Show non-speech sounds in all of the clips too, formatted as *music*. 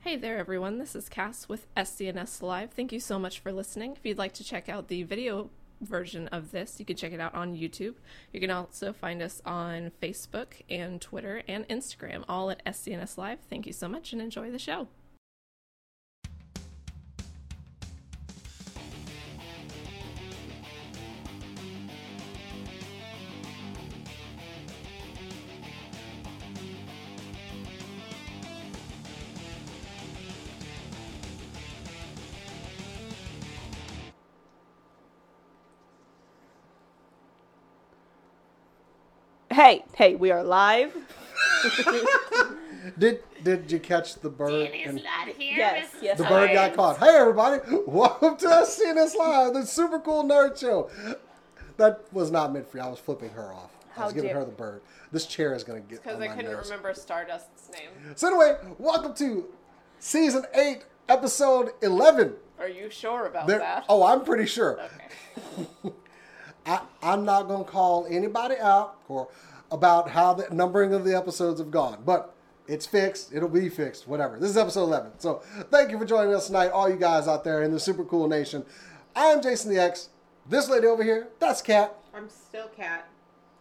Hey there, everyone. This is Cass with SCNS Live. Thank you so much for listening. If you'd like to check out the video version of this, you can check it out on YouTube. You can also find us on Facebook and Twitter and Instagram, all at SCNS Live. Thank you so much and enjoy the show. Hey, hey, we are live. Did did you catch the bird? and- Yes, yes. the bird got caught. Hey everybody, *laughs* welcome to SCNS Live, the super cool nerd show. That was not meant for you. I was flipping her off. I How was giving dare- her the bird. This chair is gonna get Because on I Oh my couldn't nerves. remember Stardust's *gasps* name. So anyway, welcome to season eight, episode eleven. Are you sure about There- that? oh, I'm pretty sure. Okay. *laughs* I, I'm not going to call anybody out or about how the numbering of the episodes have gone, but it's fixed. It'll be fixed. Whatever. This is episode 11. So thank you for joining us tonight, all you guys out there in the super cool nation. I'm Jason the X. This lady over here, that's Kat. I'm still cat.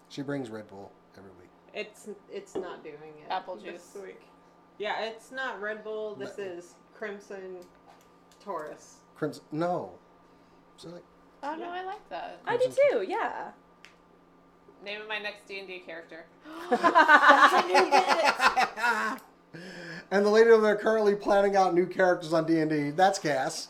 She brings Red Bull every week. It's it's not doing it. Apple juice. This week. Yeah, it's not Red Bull. This is Crimson Taurus. Crimson. No. Is that like- Oh no, I like that. I do too. Yeah. Name of my next D and D character. *laughs* and the lady over there currently planning out new characters on D&D, that's Cass.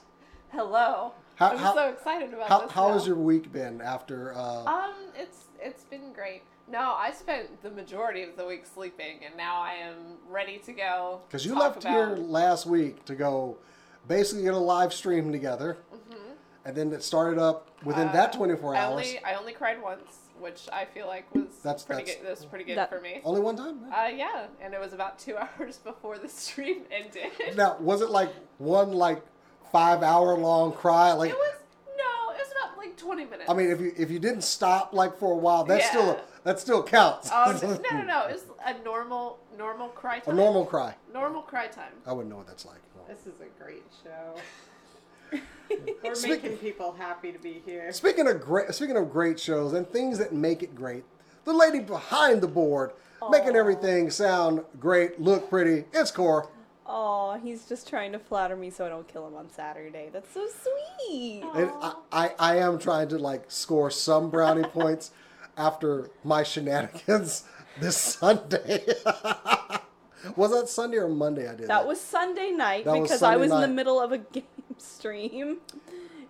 Hello. How- I'm how- so excited about How, this. how now. has your week been after... Uh, Um, it's it's been great. No, I spent the majority of the week sleeping, and now I am ready to go. Because you talk left here about- last week to go basically get a live stream together. Mm-hmm. And then it started up within that 24 I hours. Uh, only I only cried once, which I feel like was That's- pretty that's- Oh. good. That was pretty good That- for me. Only one time? Uh, yeah, and it was about two *laughs* hours before the stream *laughs* ended. now, was it like one like five hour long cry? Like, It was no, it was about like twenty minutes. I mean, if you if you didn't stop like for a while, that's Yeah. still a, that still counts. *laughs* um, no, no, no, it was a normal, normal cry a time. normal cry. normal cry time. I wouldn't know what that's like. This is a great show. We're Speak- making people happy to be here. Speaking of great, speaking of great shows and things that make it great, the lady behind the board making everything sound great, look pretty. It's Core. Oh, he's just trying to flatter me so I don't kill him on Saturday. That's so sweet. And I, I, I am trying to like score some *laughs* brownie points after my shenanigans this Sunday. *laughs* was that Sunday or Monday? I did That was Sunday night That was because I Sunday was in night. the middle of a *laughs* game stream.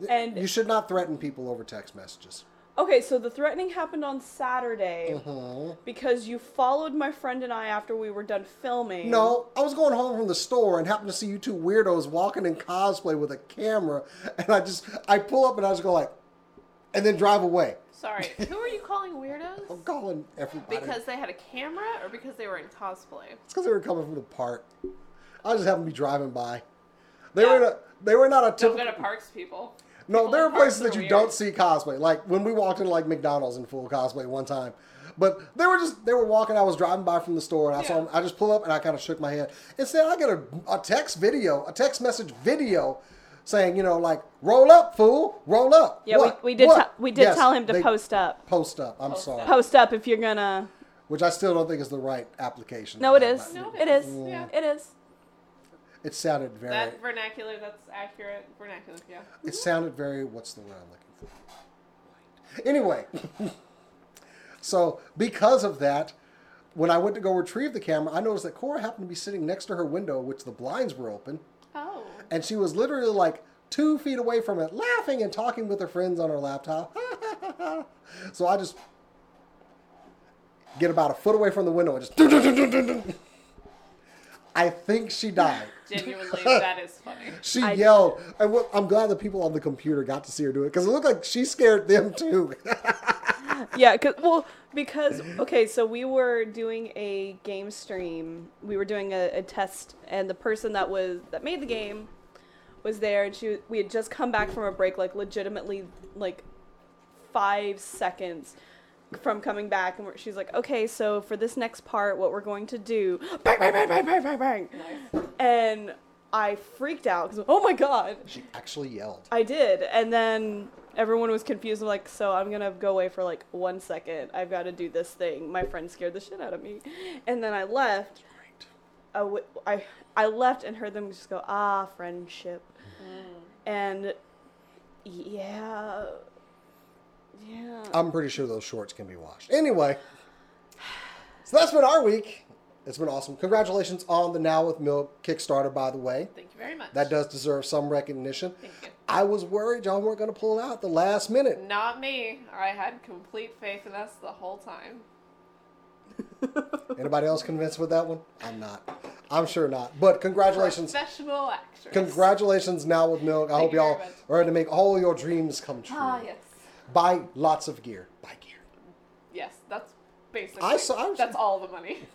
And You should not threaten people over text messages. okay, so the threatening happened on Saturday Uh-huh. because you followed my friend and I after we were done filming. No, I was going home from the store and happened to see you two weirdos walking in cosplay with a camera, and I just I pull up and I just go like, and then drive away. *laughs* Sorry, who are you calling weirdos? I'm calling everybody Because they had a camera, or because they were in cosplay? It's because they were coming from the park. I just happened to be driving by. They were not, they were not a Don't typical. go to parks, people. No, People there in are parks places that you weird. don't see cosplay. Like when we walked into like McDonald's in full cosplay one time, but they were just they were walking. I was driving by from the store and I saw Yeah. them. I just pull up and I kind of shook my head. Instead, I get a, a text video, a text message video, saying you know like roll up, fool, roll up. Yeah, What? we, we did What?" te- we did Yes, tell him to they- post up. Post up. I'm Post sorry, up. Post up if you're gonna. which I still don't think is the right application. No, it is. But No, it it is. is. Yeah. It is. It sounded very. That vernacular, that's accurate vernacular. *laughs* Yeah. It sounded very. What's the word I'm looking for? Anyway, *laughs* so because of that, when I went to go retrieve the camera, I noticed that Cora happened to be sitting next to her window, which the blinds were open, Oh. and she was literally like two feet away from it, laughing and talking with her friends on her laptop. *laughs* so I just get about a foot away from the window and just. *laughs* I think she died. Genuinely, that is *laughs* funny. She I- yelled. I, wa- I'm glad the people on the computer got to see her do it because it looked like she scared them too. *laughs* yeah, cause, well, because okay, so we were doing a game stream. We were doing a, a test, and the person that was that made the game was there, and she we had just come back from a break, like legitimately, like five seconds from coming back, and we're- she's like, "Okay, so *gasps* for this next part, what we're going to do?" Bang, bang, bang, bang, bang, bang, bang, and I freaked out because oh my god, She actually yelled. I did, and then everyone was confused. I'm like, so I'm gonna go away for like one second. I've got to do this thing. My friend scared the shit out of me, and then I left. Right. I, w- I, I left and heard them just go, ah, friendship. Mm. And yeah. Yeah. I'm pretty sure those shorts can be washed. Anyway, so that's been our week. It's been awesome. Congratulations on the Now with Milk Kickstarter, by the way. Thank you very much. That does deserve some recognition. Thank you. I was worried y'all weren't going to pull it out at the last minute. Not me. I had complete faith in us the whole time. Anybody else convinced with that one? I'm not. I'm sure not. But congratulations. Professional actress. Congratulations, Now with Milk. I Thank hope you very y'all much. are ready to make all your dreams come true. Ah, yes. Buy lots of gear. Buy gear. Yes, that's basically. I saw- I was- that's all the money. *laughs*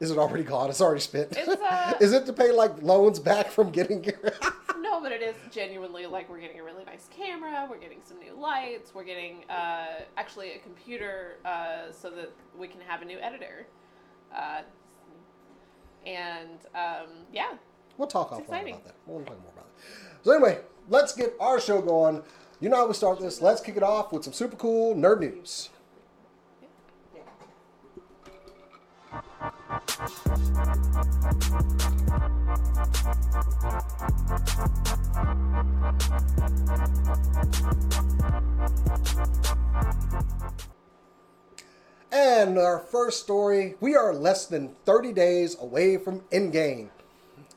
Is it already gone? It's already spent. It's, uh, *laughs* Is it to pay like loans back from getting gear? No, but it is genuinely like we're getting a really nice camera, we're getting some new lights, we're getting uh, actually a computer uh, so that we can have a new editor. Uh, and um, yeah, We'll talk offline exciting. about that. We'll talk more about that. So anyway, let's get our show going. You know how we start this. Let's kick it off with some super cool nerd news. And our first story, we are less than 30 days away from Endgame.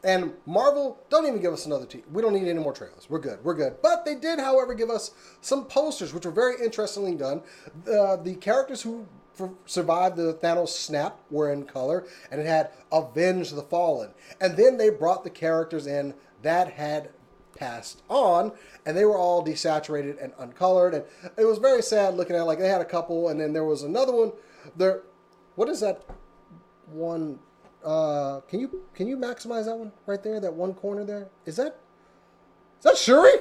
And Marvel, don't even give us another te- We don't need any more trailers. We're good. We're good. But they did, however, give us some posters, which were very interestingly done. The, the characters who f- survived the Thanos snap were in color, and it had Avenge the Fallen. And then they brought the characters in that had passed on, and they were all desaturated and uncolored. And it was very sad looking at it. Like, they had a couple, and then there was another one. There, what is that one uh can you can you maximize that one right there that one corner there is that is that shuri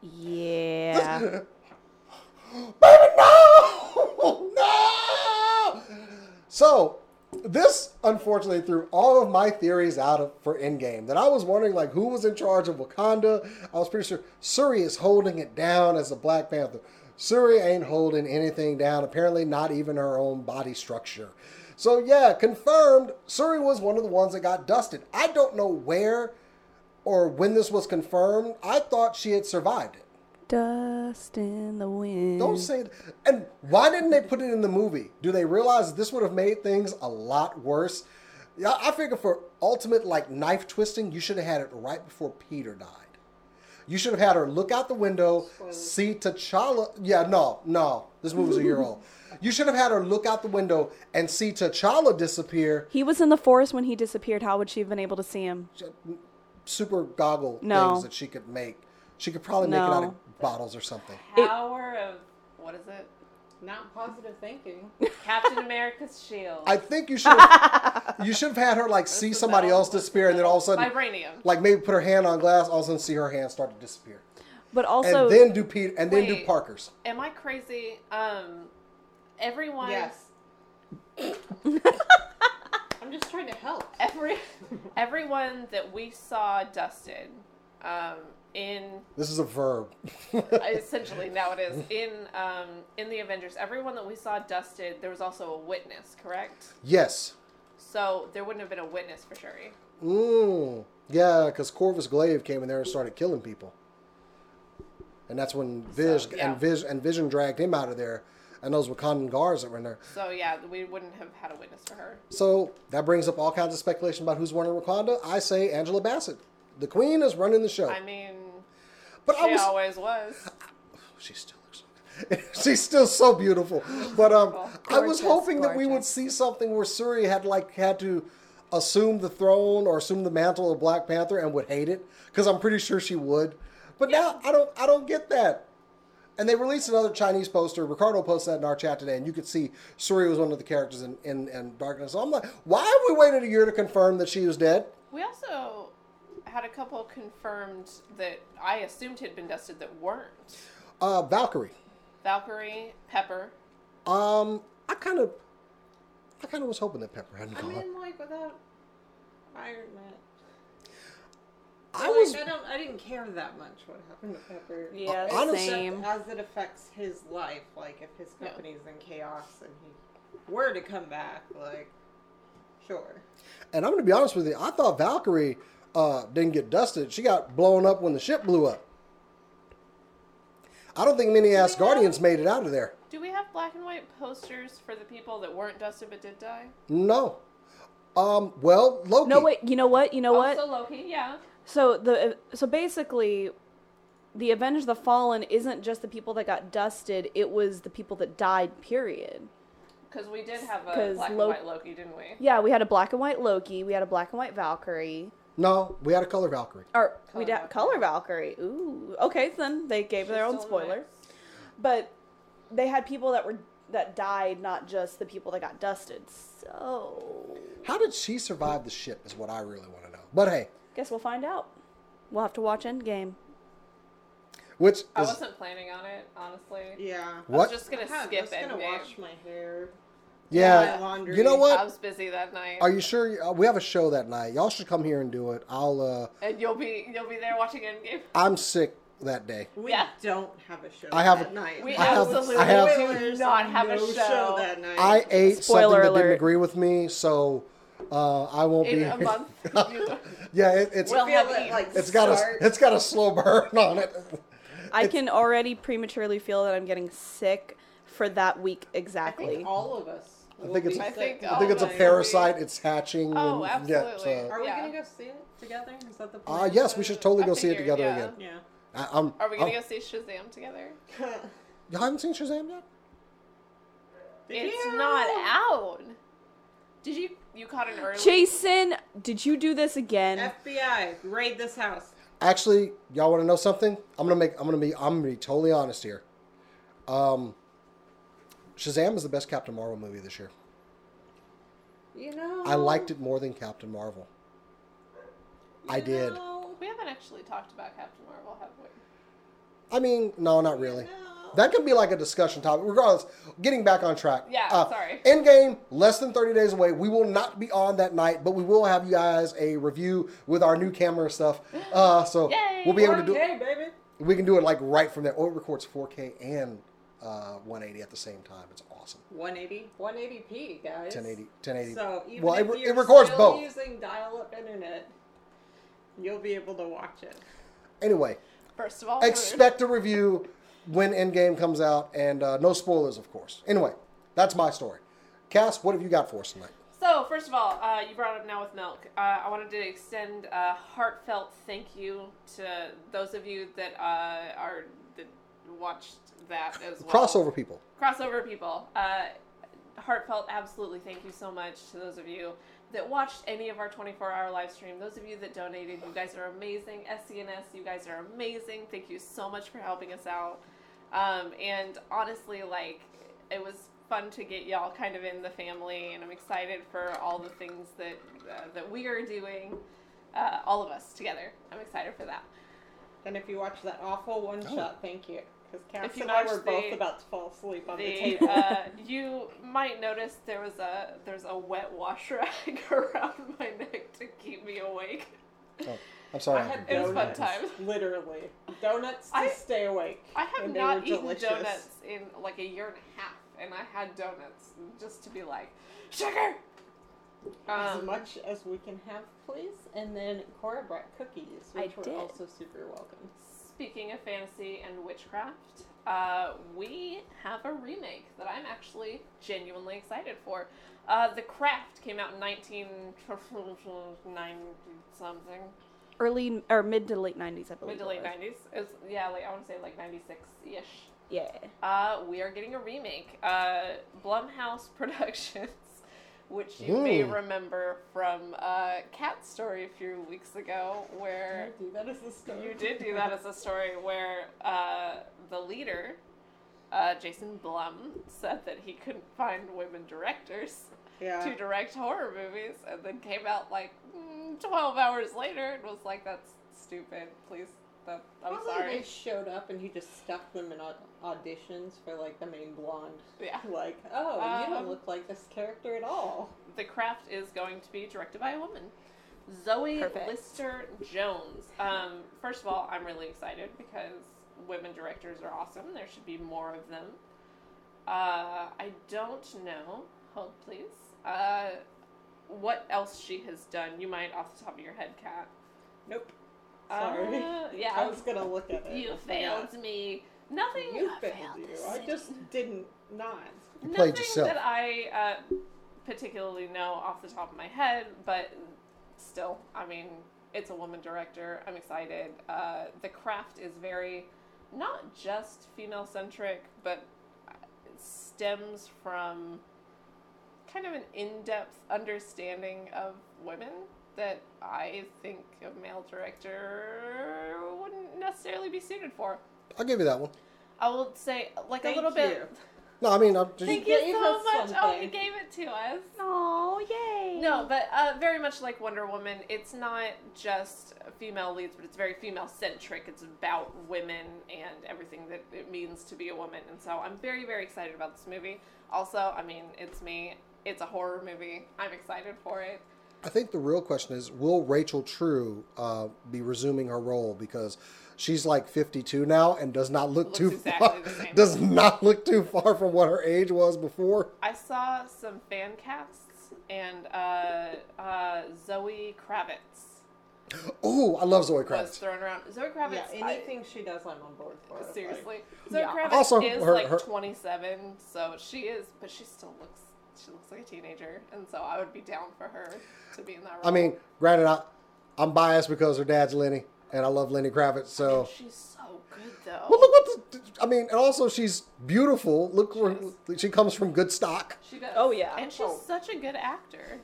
Yeah. *laughs* baby no *laughs* no so this unfortunately threw all of my theories out of, for endgame that i was wondering like who was in charge of wakanda i was pretty sure shuri is holding it down as a black panther shuri ain't holding anything down apparently not even her own body structure so yeah confirmed shuri was one of the ones that got dusted i don't know where or when this was confirmed i thought she had survived it Dust in the wind. don't say it. And why didn't they put it in the movie? Do they realize this would have made things a lot worse? Yeah, I figure for ultimate like knife twisting, you should have had it right before Peter died. You should have had her look out the window, see T'Challa. Yeah, no, no, this movie's a *laughs* year old. You should have had her look out the window and see T'Challa disappear. He was in the forest when he disappeared. How would she have been able to see him? Super goggle No. things that she could make. She could probably make it out No. of bottles or something. It- power of what is it? Not positive *laughs* thinking. Captain America's shield. I think you should have, *laughs* you should have had her like see somebody else disappear, and then all of a sudden, Vibranium. like maybe put her hand on glass, all of a sudden see her hand start to disappear, But and also, then do Pete, and then do Wait. Parker's. Am I crazy? Um, *laughs* everyone. yes. I'm just trying to help. Every *laughs* everyone that we saw dusted. Um, in This is a verb. *laughs* essentially now it is in um, in the Avengers. Everyone that we saw dusted. There was also a witness, correct? yes. So there wouldn't have been a witness for Shuri. Mm. Yeah, because Corvus Glaive came in there and started killing people, and that's when Viz yeah. and Viz and Vision dragged him out of there, and those Wakandan guards that were in there. So yeah, we wouldn't have had a witness for her. So that brings up all kinds of speculation about who's running Wakanda. I say Angela Bassett. The Queen is running the show. I mean, but she always was. Oh, She still looks so good. *laughs* She's still so beautiful. But um, I was Oh, Gorgeous, hoping that we would gorgeous. see something where Suri had like had to assume the throne or assume the mantle of Black Panther and would hate it because I'm pretty sure she would. But now I don't I don't get that. And they released another Chinese poster. Ricardo posted that in our chat today, and you could see Suri was one of the characters in, in, in Darkness. So I'm like, why have we waited a year to confirm that she was dead? We also had a couple confirmed that I assumed had been dusted that weren't. Uh, Valkyrie. Valkyrie, Pepper. Um, I kind of, I kind of was hoping that Pepper hadn't I gone. mean, like, without Iron Man. was I don't. I didn't care that much what happened to Pepper. Yeah, Honestly- same. As it affects his life, like if his Yeah. company's in chaos and he were to come back, like sure. And I'm going to be honest with you. I thought Valkyrie uh, didn't get dusted. She got blown up when the ship blew up. I don't think many Asgardians made it out of there. Do we have black and white posters for the people that weren't dusted but did die? No. Um. Well, Loki. No, wait. You know what? You know what? Also Loki, yeah. So the so basically, the Avengers: The Fallen isn't just the people that got dusted; it was the people that died. Period. Because we did have a 'Cause black Lo- and white Loki, didn't we? Yeah, we had a black and white Loki. We had a black and white Valkyrie. No, we had a color Valkyrie. Or we Color da- color Valkyrie. Ooh. Okay, then they gave their own She's still in the spoiler, mix. but they had people that were that died, not just the people that got dusted. So How did she survive the ship? Is what I really want to know. But hey, guess we'll find out. We'll have to watch Endgame. which I is wasn't planning on it, honestly. Yeah. I was what? just gonna I'm skip just gonna Endgame. wash my hair. my yeah. laundry. You know I what? was busy that night, Are you sure? Uh, we have a show that night. Y'all should come here and do it. I'll. uh and you'll be you'll be there watching *laughs* Endgame. I'm sick that day. We Yeah. don't have a show. I have that a- night. We I have- absolutely I have- do not have a no show. that night. I Spoiler ate something that didn't alert. agree with me, so uh, I won't in be. a month. *laughs* yeah, it, it's Well, feel have it, eaten. like it's got start- a it's got a slow burn on it. I can already prematurely feel that I'm getting sick for that week I exactly. think all of us. I think it's I think I think Oh, it's a my parasite. It's hatching. Oh, and- yeah, absolutely. so- Are we Yeah. gonna go see it together? Is that the plan? uh, yes, we should totally I go see it figured, together yeah. again. Yeah. I, I'm, Are we gonna I'm- go see Shazam together? You haven't seen Shazam yet? It's not out. Did you you caught an early? Jason, did you do this again? FBI, raid this house. Actually, y'all want to know something? I'm gonna make I'm gonna be I'm gonna be totally honest here. Um, Shazam is the best Captain Marvel movie this year. You know. I liked it more than Captain Marvel. I you did. know, We haven't actually talked about Captain Marvel, have we? I mean, no, not really. No. That could be like a discussion topic. Regardless, getting back on track. Uh, Yeah, sorry. Endgame, less than 30 days away. We will not be on that night, but we will have you guys a review with our new camera stuff. Uh, *gasps* so Yay, we'll be able to do Okay, baby. We can do it like right from there. Oh, it records 4K and uh, 180 at the same time. It's awesome. 180, 180p, guys. 1080, 1080. So even well, if it, you're it records still both. using dial-up internet, you'll be able to watch it. Anyway, First of all, we're- expect a review when Endgame comes out, and uh, no spoilers, of course. Anyway, that's my story. Cass, what have you got for us tonight? So, first of all, uh, you brought up Now with Milk. Uh, I wanted to extend a heartfelt thank you to those of you that uh, are that watched that as well. Crossover people. Crossover people. Uh, heartfelt, absolutely thank you so much to those of you that watched any of our 24 hour live stream. Those of you that donated, you guys are amazing. SCNS, you guys are amazing. Thank you so much for helping us out. Um, and honestly, like, it was fun to get y'all kind of in the family, and I'm excited for all the things that, uh, that we are doing, uh, all of us together. I'm excited for that. And if you watch that awful Oh. one-shot, thank you. Because Cass If you and I watch were both the- about to fall asleep on the, *laughs* the, *laughs* table. uh, you might notice there was a there's a wet wash rag *laughs* around my neck to keep me awake. Oh, I'm sorry. I had It was didn't fun get donuts, that. time. literally. Donuts to I- stay awake. I have and they were not eaten delicious. donuts in like a year and a half, and I had donuts just to be like sugar. As Um, much as we can have, please. And then Cora brought cookies, I which were did. also super welcome. speaking of fantasy and witchcraft, uh, we have a remake that I'm actually genuinely excited for. Uh, the Craft came out in *laughs* 1990 something. Early or mid to late 90s, I believe. Mid to it late was. nineties. It's yeah, like I want to say like ninety six ish. Yeah. Uh, we are getting a remake. Uh, Blumhouse *laughs* Productions, which you may Ooh. remember from uh, Cat Story a few weeks ago, where Did I do that as a story? you did do that as a story where uh, the leader, uh, Jason Blum, said that he couldn't find women directors yeah. to direct horror movies and then came out like mm, 12 hours later and was like that's stupid please that, i'm Probably sorry they showed up and he just stuck them in au- auditions for like the main blonde. yeah Like, oh, you Um, don't look like this character at all. the craft is going to be directed by a woman Zoe Perfect. Lister Jones. Um, first of all, I'm really excited because women directors are awesome. There should be more of them. Uh, I don't know. Hold, please. Uh, what else she has done? You might off the top of your head, Kat. Nope. Sorry. Uh, yeah. I was gonna look at it. you I forgot. failed me. Nothing. You failed you. I just didn't not. You Nothing played yourself. that I uh, particularly know off the top of my head, but still, I mean, it's a woman director. I'm excited. Uh, the craft is very not just female centric, but it stems from kind of an in depth understanding of women that I think a male director wouldn't necessarily be suited for. I'll give you that one. I will say, like Thank a little *laughs* bit. you. No, I mean, I'm just, Thank you Gave so us much. Oh, you something. gave it to us. Oh, yay! No, but uh, very much like Wonder Woman, it's not just female leads, but it's very female centric. It's about women and everything that it means to be a woman. And so I'm very, very excited about this movie. Also, I mean, it's me. It's a horror movie. I'm excited for it. I think the real question is, will Rachel True uh, be resuming her role because she's like 52 now and does not look Looks too exactly far, the *laughs* same. does not look too far from what her age was before. I saw some fan casts and uh, uh, Zoe Kravitz Oh, I love Zoe was Kravitz. thrown around. Zoe Kravitz. Yeah, I- anything she does, I'm on board for. It's like- Seriously. So Yeah. Kravitz Also, is her- like her- 27, so she is, but she still looks, she looks like a teenager, and so I would be down for her to be in that role. I mean, granted, I, I'm biased because her dad's Lenny, and I love Lenny Kravitz. So, she's so good though. well, look what the, I mean, and also she's beautiful. Look, where, she comes from good stock. she does. Oh, yeah. and she's Oh. such a good actor.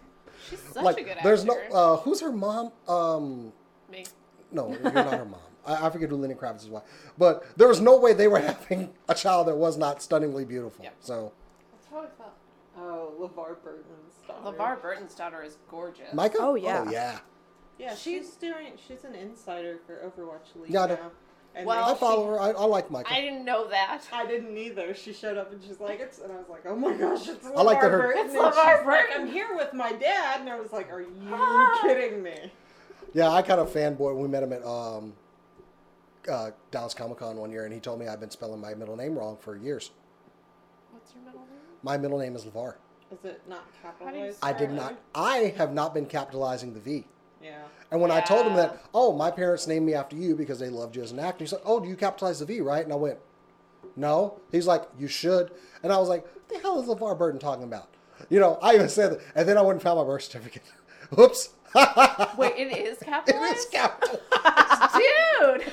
She's such like, a good actor. there's no uh, who's her mom. Um, me. no, you're not her mom. I, I forget who Lenny Kravitz's wife, but there was no way they were having a child that was not stunningly beautiful. Yeah. So, That's how I felt. Oh, LeVar Burton's daughter. LeVar Burton's daughter is gorgeous. Micah. Oh, yeah. Oh yeah. Yeah, She's- she's, doing. She's an insider for Overwatch League Yeah, I know. now. And Well, they- I follow her. I, I like Micah. Oh, I didn't know *laughs* that. I didn't either. She showed up and she's like, "It's," and I was like, "Oh my gosh, it's LeVar like that her- Burton." It's and she's LeVar like, Burton. "I'm here with my dad," and I was like, "Are you Ah. kidding me?" Yeah, I kind of fanboy. We met him at um, uh, Dallas Comic Con one year, and he told me I've been spelling my middle name wrong for years. What's your middle name? My middle name is Levar. Is it not do you capitalized? I did Really? not. I have not been capitalizing the V. Yeah. And when I told him Yeah. that, oh, my parents named me after you because they loved you as an actor. He's like, oh, do you capitalize the V, right? And I went, no. He's like, you should. And I was like, what the hell is LeVar Burton talking about? You know, I even said that, and then I went and found my birth certificate. *laughs* Whoops. Wait, it is *laughs* it capitalized. is capitalized. *laughs* Dude,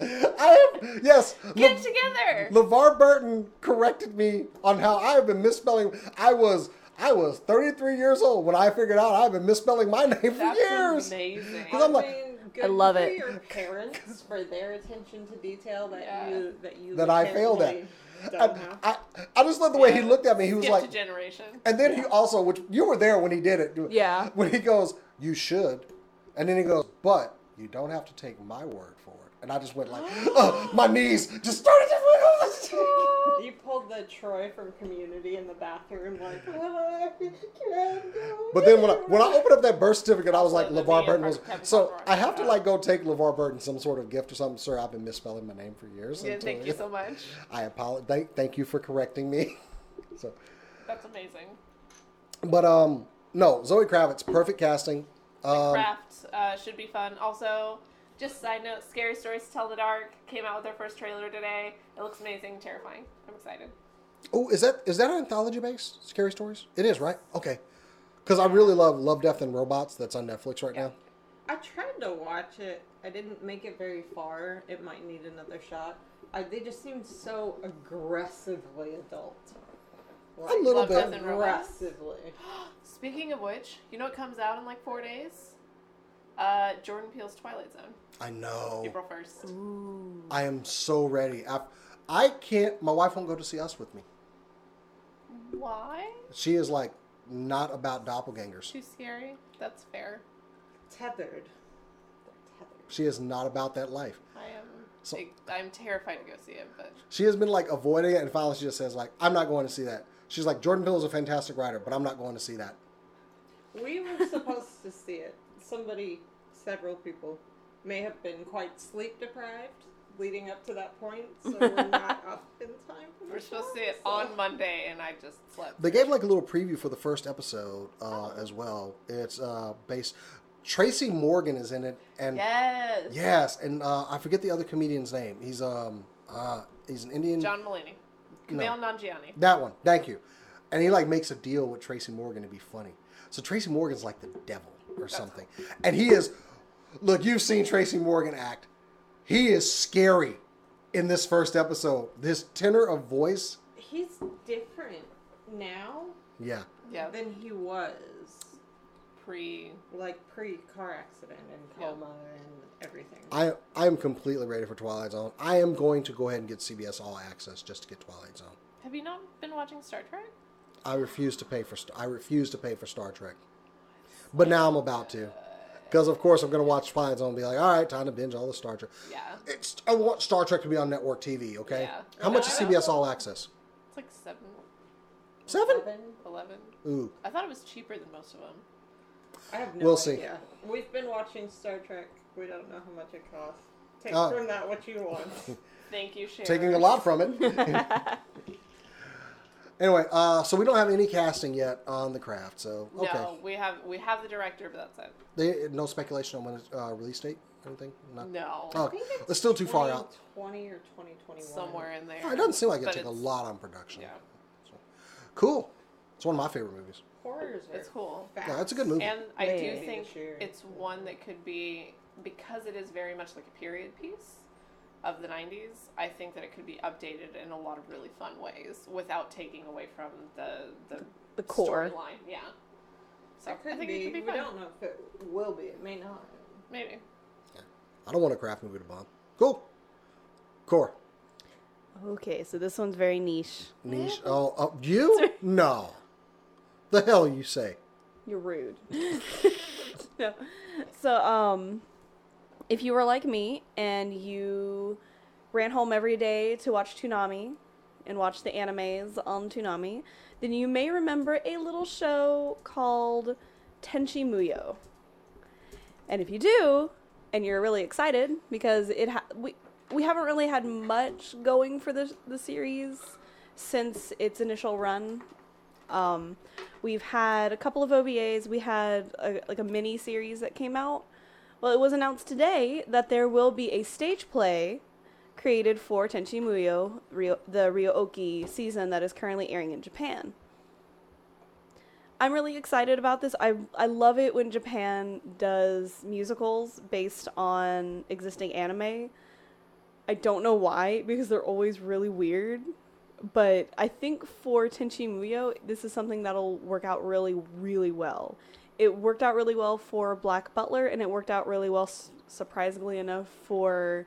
*laughs* I am yes. Le- get together. LeVar Burton corrected me on how I have been misspelling. I was I was 33 years old when I figured out I've been misspelling my name for That's years. amazing. 'Cause I'm like- mean, I love for it. Your parents for their attention to detail that Yeah. you that you That I failed at. apparently Don't I, have. I, I just love the way he Uh-huh. Yeah. looked at me. He was Skip like, to generation. and then he also, which you were there when he did it. Yeah. *laughs* When he goes, you should, and then he goes, but you don't have to take my word for it. And I just went *gasps* like, "Ugh," my knees just started to. You pulled the Troy from Community in the bathroom, like, "Ah, Karen, go But then when I, away." when I opened up that birth certificate, I was like, Also, the LeVar video Burton was. part kept So going I have to on. like go take LeVar Burton some sort of gift or something. Sir, I've been misspelling my name for years. Yeah, and uh, thank you so much. *laughs* I apologize. Thank, thank you for correcting me. *laughs* so, That's amazing. but um, no, Zoe Kravitz, perfect casting. Um, Craft uh, should be fun. Also, just side note: Scary Stories to Tell the Dark came out with their first trailer today. It looks amazing, terrifying. I'm excited. oh, is that is that anthology based scary stories? It is, right? Okay, because I really love Love, Death, and Robots. That's on Netflix right now. I tried to watch it. I didn't make it very far. It might need another shot. I, they just seemed so aggressively adult. A little Love, bit. Death, and Robots? aggressively. Speaking of which, you know what comes out in like four days? Uh, Jordan Peele's Twilight Zone, I know. April first. I am so ready. I, I can't. My wife won't go to see us with me. Why? She is like not about doppelgangers. Too scary? That's fair. Tethered. They're tethered. She is not about that life. I am. So- I'm terrified to go see it, but She has been like avoiding it, and finally she just says like, "I'm not going to see that." She's *laughs* like, "Jordan Peele is a fantastic writer, but I'm not going to see that." We were supposed to see it. somebody, several people, may have been quite sleep deprived leading up to that point, so *laughs* we're not up in time for the We're supposed to show, see it so- on Monday, and I just slept. They gave like a little preview for the first episode uh, as well. It's uh, based. Tracy Morgan is in it, and Yes. yes, and uh, I forget the other comedian's name. He's um uh, he's an Indian. John Mulaney. Kumail Nanjiani. That one. Thank you. And he like makes a deal with Tracy Morgan to be funny. So Tracy Morgan's like the devil or something. And he is look, you've seen Tracy Morgan act. He is scary in this first episode. His tenor of voice, He's different now yeah. Yeah. than he was, Pre. like pre car accident and Yeah. coma and everything. I I am completely ready for Twilight Zone. I am going to go ahead and get CBS All Access just to get Twilight Zone. Have you not been watching Star Trek? I refuse to pay for St- I refuse to pay for Star Trek. But now I'm about to. Because of course I'm going to watch Twilight Zone and be like, all right, time to binge all the Star Trek. Yeah. It's, I want Star Trek to be on network TV, okay? Yeah. How much is CBS All Access? It's like seven, Seven? eleven. Ooh. I thought it was cheaper than most of them. I have no We'll see. idea. We've been watching Star Trek. We don't know how much it costs. Take Oh. from that what you want. Thank you, Sharon. Taking a lot from it. *laughs* anyway, uh, so we don't have any casting yet on the craft, so okay. No, we have we have the director, but that's it. They, no speculation on when it's uh, release date or anything? Not, No, Oh, it's still *laughs* too far out. Twenty or twenty twenty one. somewhere in there. Oh, it doesn't seem like it'd But take a it's- lot on production. Yeah, Cool. It's one of my favorite movies. Horrors. Are it's cool. fast. Yeah, it's a good movie. And I do Yeah. think Sure. it's one that could be because it is very much like a period piece of the 90s. I think that it could be updated in a lot of really fun ways without taking away from the the, The core. storyline. Yeah. So It could I think be. it could be we fun. don't know if it will be. It may not. Maybe. I don't want a craft movie to bomb. Cool. Core. Okay, so this one's very niche. Niche. Oh, oh, *laughs* you? No. The hell you say? You're rude. *laughs* no. So, um, if you were like me and you ran home every day to watch Toonami and watch the animes on Toonami, then you may remember a little show called Tenchi Muyo. And if you do, and you're really excited because it ha- we we haven't really had much going for the the series since its initial run. Um, we've had a couple of OVAs. We had a, like a mini series that came out. Well, it was announced today that there will be a stage play created for Tenchi Muyo, Ryo, the Ryoki season that is currently airing in Japan. I'm really excited about this. I I love it when Japan does musicals based on existing anime. I don't know why because they're always really weird, but I think for Tenchi Muyo, this is something that'll work out really really well. It worked out really well for Black Butler, and it worked out really well, s- surprisingly enough, for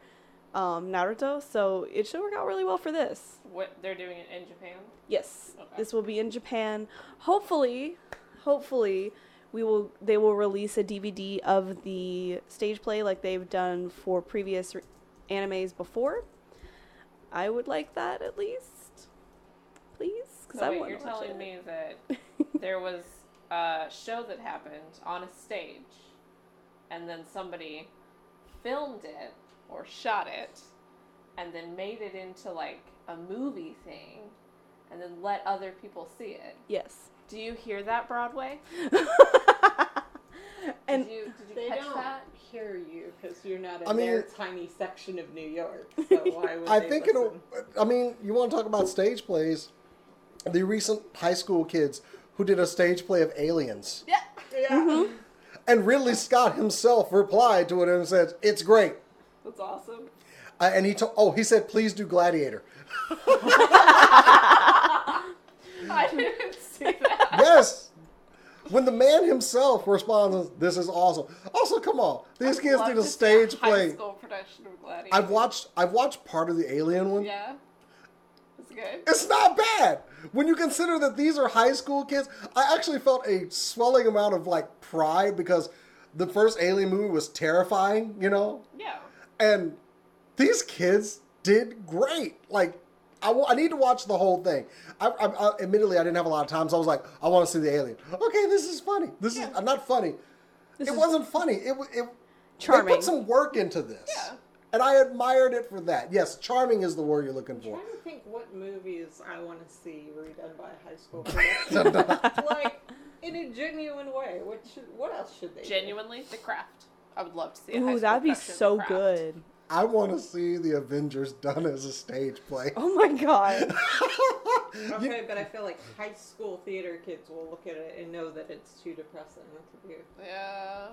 um, Naruto. So it should work out really well for this. What they're doing it in Japan. Yes, Okay. this will be in Japan. Hopefully, hopefully we will they will release a DVD of the stage play like they've done for previous r- animes before. I would like that at least. Please, cuz So I wait, want you're to watch telling it. me that *laughs* there was a show that happened on a stage, and then somebody filmed it or shot it, and then made it into like a movie thing, and then let other people see it. yes. Do you hear *laughs* that, Broadway? And did you, did you They catch don't that? hear you because you're not in I mean- their tiny section of New *laughs* York. So why would I they think listen? it'll. I mean, you want to talk about stage plays? The recent high school kids who did a stage play of Aliens, Yeah. Yeah. Mm-hmm. and Ridley Scott himself replied to it and said, "It's great." That's awesome. Uh, and he told, "Oh, he said, please do Gladiator." *laughs* I didn't *laughs* see that. yes. When the man himself responds, "This is awesome." Also, come on, these kids Love did to a see stage high play. school production of Gladiator. I've watched. I've watched part of the Alien one. Yeah. It's good. It's not bad when you consider that these are high school kids. I actually felt a swelling amount of like pride because the first Alien movie was terrifying, you know, Yeah. and these kids did great. Like, I wa- I need to watch the whole thing. I, I, I admittedly I didn't have a lot of time, so I was like, I want to see the Alien. Okay, this is funny. This is uh, not funny. This it is wasn't funny. It was it. They Charming. put some work into this. Yeah. And I admired it for that. Yes, charming is the word you're looking for. trying to think what movies I want to see redone by a *laughs* high school. production. like in a genuine way. What should? What else should they? do? Genuinely, The Craft. I would love to see. A high Ooh, school that'd be production of The so Craft. good. I want to see the Avengers done as a stage play. Oh my god. Okay, but I feel like high school theater kids will look at it and know that it's too depressing to do. Yeah.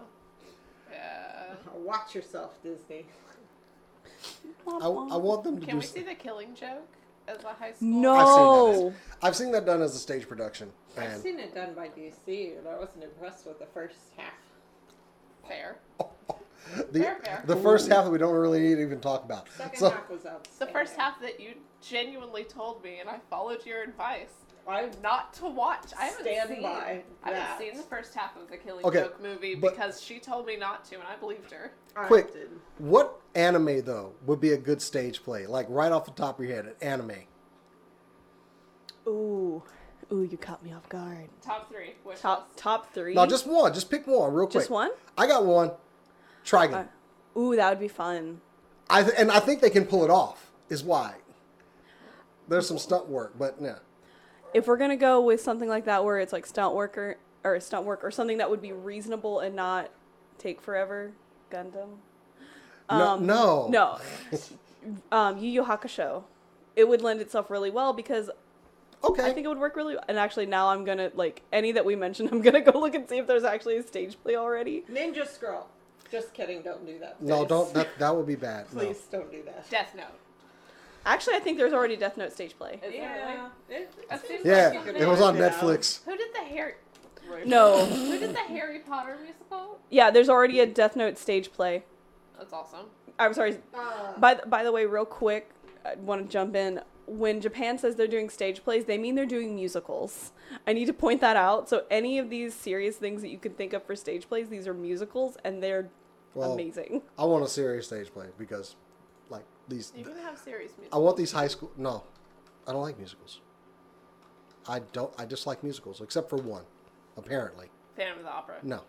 Yeah. Watch yourself, Disney. *laughs* I, I want them to Can do. we s- see The Killing Joke as a high school? I've seen No. I've seen that done as a stage production. I've And seen it done by DC, and I wasn't impressed with the first half. Fair. the, Fair, fair. the first half that we don't really need to even talk about. Second So half was out. The first half that you genuinely told me, and I followed your advice I not to watch. I haven't Stand seen. by I that. haven't seen the first half of the Killing Okay, Joke movie but- because she told me not to, and I believed her. I quick, did. what anime though would be a good stage play? Like right off the top of your head, an anime. Ooh. Ooh, you caught me off guard. Top three. Which Top was- top three. No, just one. Just pick one real quick. Just one? I got one. Trigon. Uh, Ooh, that would be fun. I th- and I think they can pull it off. Is why. There's some stunt work, but yeah. If we're gonna go with something like that where it's like stunt worker or stunt work or something that would be reasonable and not take forever, Gundam. No, no. No. um, Yu Yu Hakusho. It would lend itself really well because Okay. I think it would work really well. And actually, now I'm gonna like any that we mentioned. *laughs* I'm gonna go look and see if there's actually a stage play already. Ninja Scroll. Just kidding. Don't do that. no, please. don't. That that would be bad. No. Please don't do that. Death Note. Actually, I think there's already Death Note stage play. Is there really? Yeah. It, That seems Yeah, like something- it was on Yeah. Netflix. Who did the Harry? No, Who did the Harry Potter musical? yeah, there's already a Death Note stage play. That's awesome. I'm sorry. Uh. By the, by the way, real quick, I want to jump in. When Japan says they're doing stage plays, they mean they're doing musicals. I need to point that out. So any of these serious things that you can think of for stage plays, these are musicals, and they're Well, amazing. I want a serious stage play because, like these, You can have serious music. I want these high school. No, I don't like musicals. I don't. I dislike musicals except for one, apparently. Phantom of the Opera. No,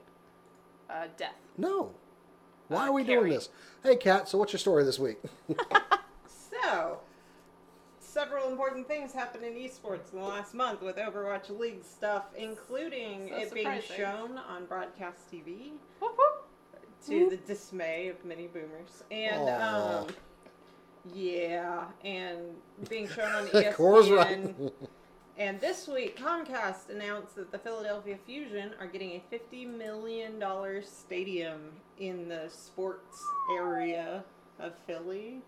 Uh, Death. no. Why Uh, are we doing Carrie. this? Hey, Kat. So what's your story this week? *laughs* So, several important things happened in esports in the last month with Overwatch League stuff, including So it being surprising. shown on broadcast TV Whoop, whoop. to the dismay of many boomers. And, Aw. um, yeah, and being shown *laughs* on E Cora's right. ESPN. And this week, Comcast announced that the Philadelphia Fusion are getting a $50 million stadium in the sports area of Philly.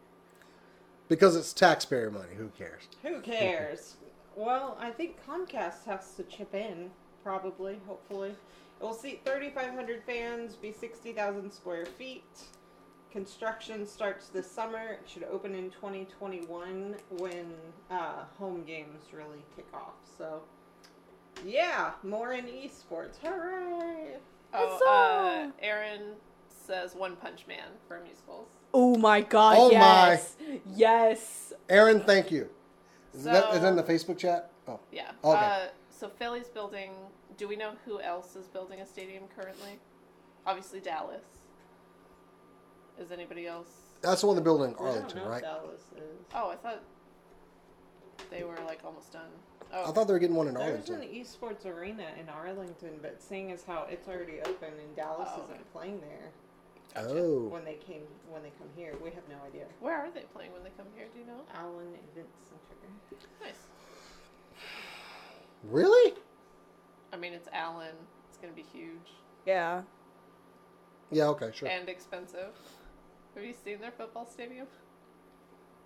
because it's taxpayer money. Who cares? Who cares? well, I think Comcast has to chip in, probably, hopefully. It will seat 3,500 fans, be 60,000 square feet. Construction starts this summer. It should open in 2021 when uh, home games really kick off. So, yeah, more in esports. Hooray! Oh, That's all. uh, Aaron says One Punch Man for musicals. Oh my god! Oh my. yes, yes. Aaron, thank you. Is, that, is So- that in the Facebook chat? Oh, Yeah. Okay. Uh, so Philly's building. Do we know who else is building a stadium currently? Obviously Dallas. Is anybody else? that's the one they're building in I Arlington, don't know Oh, right? if Dallas is. Oh, I thought they were like almost done. Oh, I thought they were getting one in There's Arlington. an esports arena in Arlington, but seeing as how it's already open and Dallas Oh, okay. isn't playing there, Oh, when they came when they come here. We have no idea. where are they playing when they come here? Do you know? Allen Event Center. Nice. really? I mean, it's Allen. It's gonna be huge Yeah. Yeah. Okay. Sure. and expensive. Have you seen their football stadium?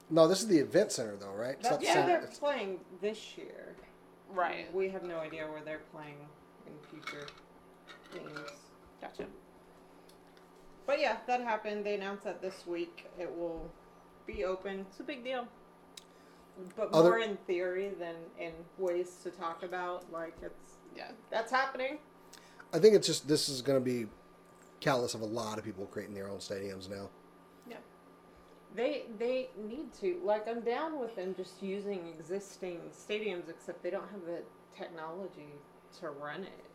No, this is the event center though, right? It's not That's the center. yeah. where they're It's- playing this year. Right. We have no idea where they're playing in future things. Gotcha. But yeah, that happened. They announced that this week it will be open. It's a big deal. But Other- more in theory than in ways to talk about. Like it's Yeah. that's happening. I think it's just this is going to be countless of a lot of people creating their own stadiums now. Yeah. They they need to like I'm down with them just using existing stadiums except they don't have the technology to run it.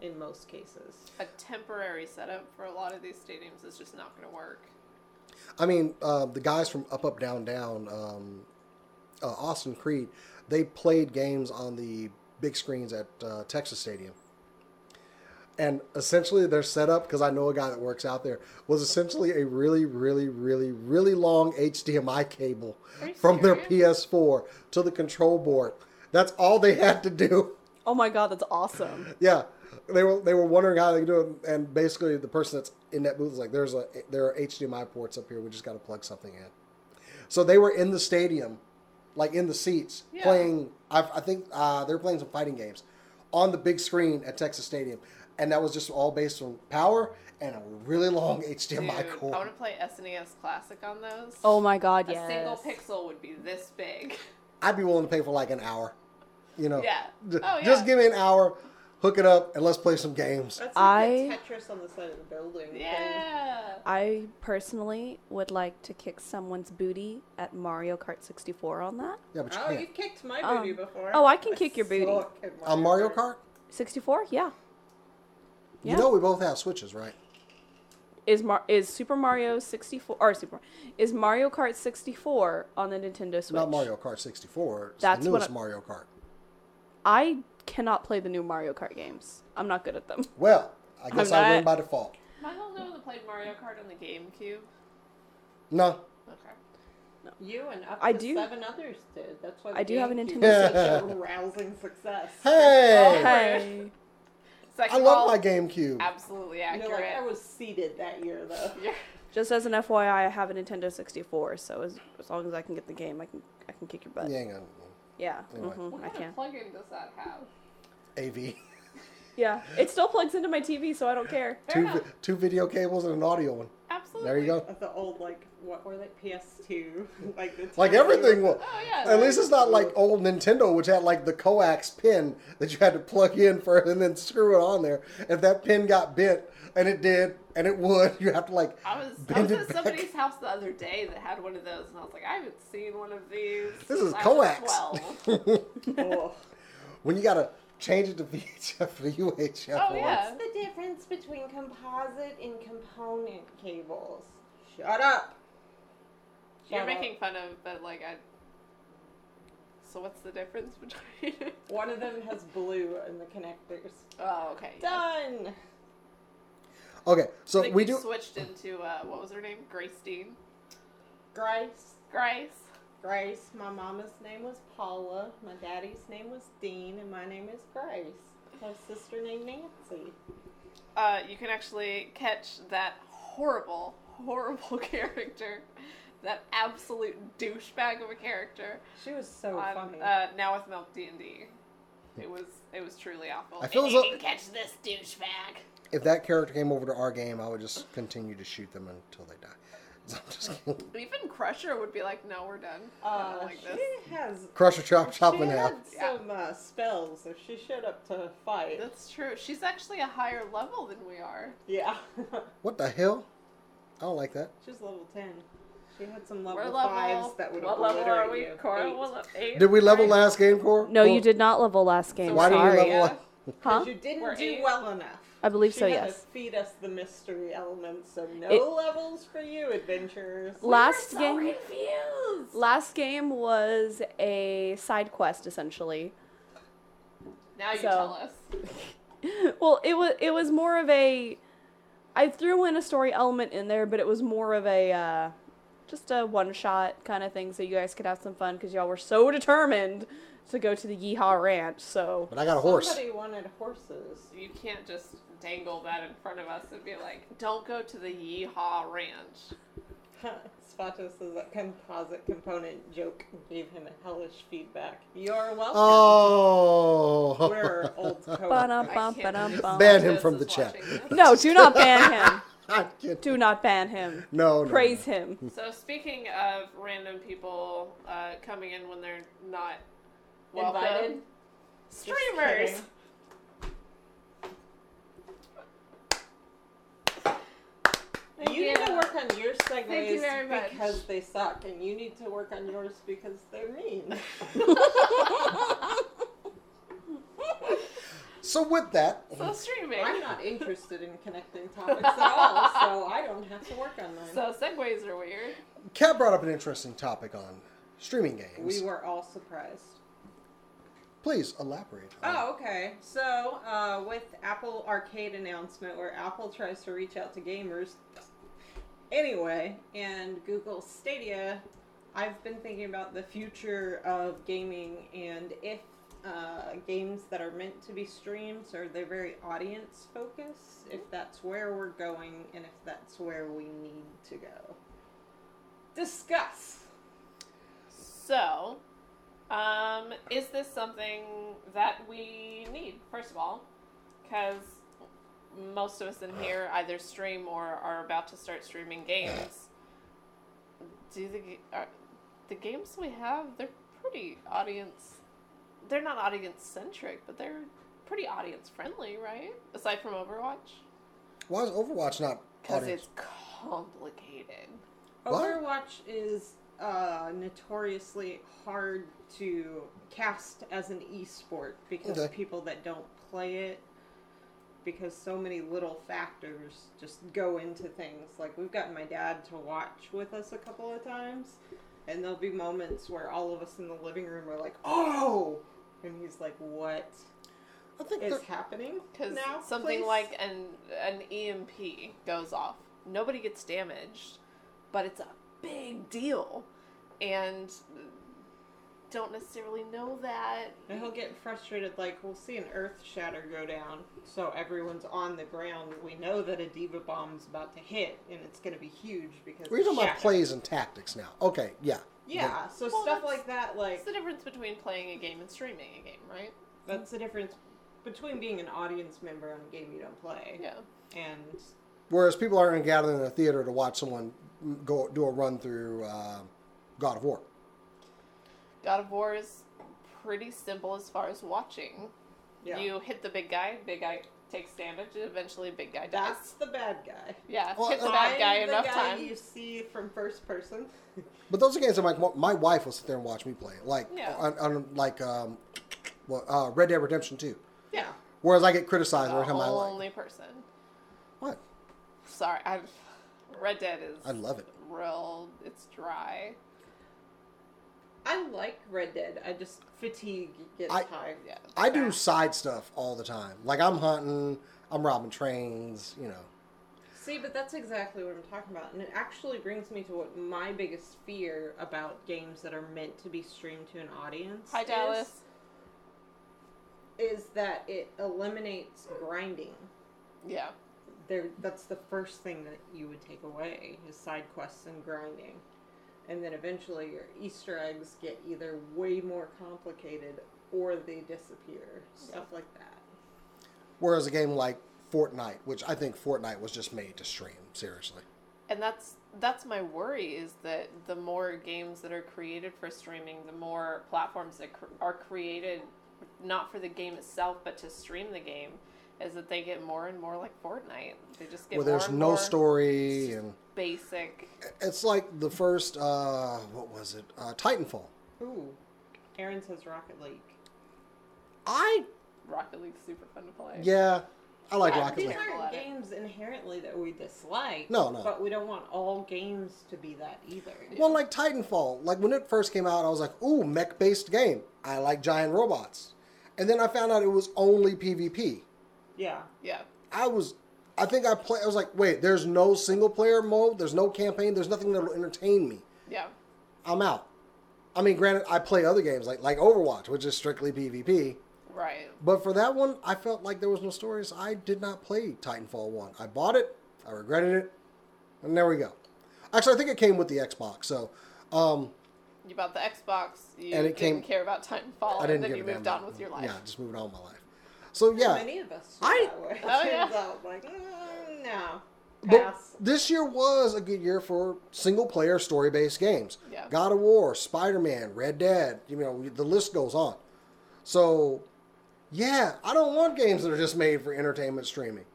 in most cases. A temporary setup for a lot of these stadiums is just not going to work. I mean, uh, the guys from Up Up Down Down, um, uh, Austin Creed, they played games on the big screens at uh, Texas Stadium. And essentially, their setup, because I know a guy that works out there, was essentially a really, really, really, really long HDMI cable Are you from their serious? PS4 to the control board. That's all they had to do. Oh my god, that's awesome. Yeah, they were they were wondering how they could do it, and basically the person that's in that booth is like, "There's a there are HDMI ports up here. We just got to plug something in." So they were in the stadium, like in the seats, Yeah. playing. I, I think uh, they're playing some fighting games on the big screen at Texas Stadium, and that was just all based on power and a really long Dude, HDMI I cord. want to play SNES Classic on those. Oh my god, a yes. single pixel would be this big. I'd be willing to pay for like an hour. You know, Yeah. J- Oh, yeah. just give me an hour, hook it up, and let's play some games. That's like I- the Tetris on the side of the building. thing. Yeah. I personally would like to kick someone's booty at Mario Kart 64 on that. Yeah, but you Oh, can't. you've kicked my Um, booty before. oh, I can kick your booty. suck at on Uh, Mario Kart, 64? Yeah. Yeah. you know we both have switches, right? is Mar- is Super Mario 64 or Super is Mario Kart 64 on the Nintendo Switch? Not Mario Kart 64. It's That's the what newest I- Mario Kart. I cannot play the new Mario Kart games. I'm not good at them. Well, I guess I'm I win by not- default. Am I the only one that played Mario Kart on the GameCube? No. Okay. You and up I to do- seven others did. That's why the I do have a GameCube *laughs* Nintendo was such Switch. a rousing success. *laughs* Hey, Oh, Hey. I love my GameCube. Absolutely You accurate. know, like I was seated that year though. You're- Just as an FYI, I have a Nintendo 64, so as, as long as I can get the game, I can I can kick your butt. Yeah, Yeah, hang on. Anyway. mhm, what I kind can. of plug-in does that have? AV. yeah, it still plugs into my TV, so I don't care. *laughs* Two, enough. vi- two video cables and an audio one. Absolutely. There you go. Of the old like what were they PS2 *laughs* like the Like tiny- everything will. Oh yeah. At least it's not like old Nintendo, which had like the coax pin that you had to plug in for and then screw it on there. If that pin got bent, and it did, and it would, *laughs* you have to like I was I bend was it at back. somebody's house the other day that had one of those, and I was like, I haven't seen one of these. This is since I was coax. *laughs* 12. Ugh. when you gotta change it to VHF *laughs* for UHF. Oh, or- yeah. What's the difference between composite and component cables? Shut up. You're Shut up. making fun of, but like I. So what's the difference between? *laughs* One of them has blue in the connectors. oh okay. yeah. Done. Okay, I so think we you do. switched into uh, what was her name? Grace Dean. Grace. Grace. Grace. My mama's name was Paula. My daddy's name was Dean, and my name is Grace. I have a sister named Nancy. uh, you can actually catch that horrible, horrible *laughs* character, that absolute douchebag of a character. She was so On, funny. uh, now with Milk D and D, it was it was truly awful. I feel And as you though- can catch this douchebag. if that character came over to our game, I would just continue to shoot them until they die. *laughs* So I'm just kidding. Even Crusher would be like, "No, we're done. I Uh, don't like she this." has. Crush or chop, chop she in half. had some uh, spells, so she showed up to fight. That's true. She's actually a higher level than we are. Yeah. *laughs* What the hell? I don't like that. She's level 10. She had some level, we're level. fives that would what level are we? obliterate Cora? you. What le- Eight. eight, Did we level right? last game, Core? No, you did not level last game. So Why did Sorry. we level? yeah. Huh? 'Cause you didn't We're do eight. well enough. I believe she so, had yes. To feed us the mystery element, so no It- levels for you, adventurers. La- Last we were so game- Confused. Last game was a side quest essentially. Now you So- tell us. well, it was it was more of a I threw in a story element in there, but it was more of a uh, just a one shot kind of thing, so you guys could have some fun because y'all were so determined to go to the Yeehaw Ranch. So But I got a horse. Somebody wanted horses. *laughs* You can't just dangle that in front of us and be like, "Don't go to the Yeehaw Ranch." Spato says that composite component joke gave him hellish feedback. You're welcome. We're Oh. *laughs* old coworkers. I Ba-dum-bum, can't believe *laughs* ba-dum-bum. Ban him Liz from is the chat. *laughs* watching this. No, do not ban him. I'm kidding. Do not ban him. No, no. Praise him. So speaking of random people uh, coming in when they're not welcome, Invited. streamers. Just Thank You need to work on your segues Thank you very much. because they suck, and you need to work on yours *laughs* because they're mean. So with that, So streaming. I'm not interested in connecting topics at all, so I don't have to work on mine. So segues are weird. Kat brought up an interesting topic on streaming games. we were all surprised. Please elaborate. on Oh, okay. So, uh, with Apple Arcade announcement, where Apple tries to reach out to gamers, anyway, and Google Stadia, I've been thinking about the future of gaming and if uh, games that are meant to be streamed are they very audience focused, if that's where we're going, and if that's where we need to go. Discuss. So, um, is this something that we need, first of all? Because most of us in here either stream or are about to start streaming games. Do the, g- are, the games we have, they're pretty audience. They're not audience centric, but they're pretty audience friendly, right? Aside from Overwatch. Why is Overwatch not Because audience? it's complicated. What? Overwatch is uh, notoriously hard to cast as an esport because Okay. people that don't play it, because so many little factors just go into things. Like, we've gotten my dad to watch with us a couple of times, and there'll be moments where all of us in the living room are like, oh! And he's like, what I think is they're- happening? Because now, something please?" like an an EMP goes off. Nobody gets damaged, but it's a big deal, and don't necessarily know that. And he'll get frustrated, like, we'll see an earth shatter go down, so everyone's on the ground. We know that a diva bomb's about to hit, and it's going to be huge because. we're talking about shatter. plays and tactics now. Okay, yeah. Yeah, so Well, stuff that's- like that, like, It's the difference between playing a game and streaming a game, right? that's the difference between being an audience member on a game you don't play Yeah. and. Whereas people aren't going to gather in a theater to watch someone go do a run through uh, God of War. God of War is pretty simple as far as watching. Yeah. You hit the big guy. Big guy takes damage. and Eventually, big guy dies. that's the bad guy. yeah, Well, hit the uh, bad guy I'm the enough guy times. You see from first person. *laughs* But those are games that my my wife will sit there and watch me play, like Yeah. on, on like um, well, uh, Red Dead Redemption Two. yeah. Whereas I get criticized The every time I like only person. what Sorry, I Red Dead is I love it. real. It's dry. I like Red Dead. I just fatigue gets I- tired. Yeah. I do side stuff all the time. Like I'm hunting, I'm robbing trains. You know, See, but that's exactly what I'm talking about. And it actually brings me to what my biggest fear about games that are meant to be streamed to an audience Hi is, Dallas. is that it eliminates grinding. Yeah. There that's the first thing that you would take away is side quests and grinding. And then eventually your Easter eggs get either way more complicated or they disappear. Stuff like that. whereas a game like Fortnite, which I think Fortnite was just made to stream. Seriously, And that's that's my worry is that the more games that are created for streaming, the more platforms that cr- are created not for the game itself but to stream the game is that they get more and more like Fortnite. They just get where more there's and no more story and basic. it's like the first uh, what was it uh, Titanfall. Ooh. Aaron says Rocket League. I Rocket League's super fun to play. yeah, I like Yeah, Rocket these League. aren't Athletic. games inherently that we dislike. No, no. But we don't want all games to be that either. Well, like Titanfall, like when it first came out, I was like, "Ooh, mech-based game. I like giant robots." And then I found out it was only PvP. yeah. Yeah. I was, I think I play. I was like, "Wait, there's no single-player mode. There's no campaign. There's nothing that'll entertain me. Yeah. I'm out." I mean, granted, I play other games like like Overwatch, which is strictly PvP. Right. But for that one, I felt like there was no stories. I did not play Titanfall 1. I bought it, I regretted it, and there we go. Actually, I think it came with the Xbox, so um, You bought the Xbox. You And it didn't came- care about Titanfall, I didn't and give a damn then you moved on about- with your life. Yeah, just moved on with my life. So yeah, Many of us. I- I. That way. *laughs* Oh, It turns yeah. out, like, mm, no. but Pass. this year was a good year for single-player story-based games. Yeah. God of War, Spider-Man, Red Dead. You know, the list goes on. So yeah, I don't want games that are just made for entertainment streaming.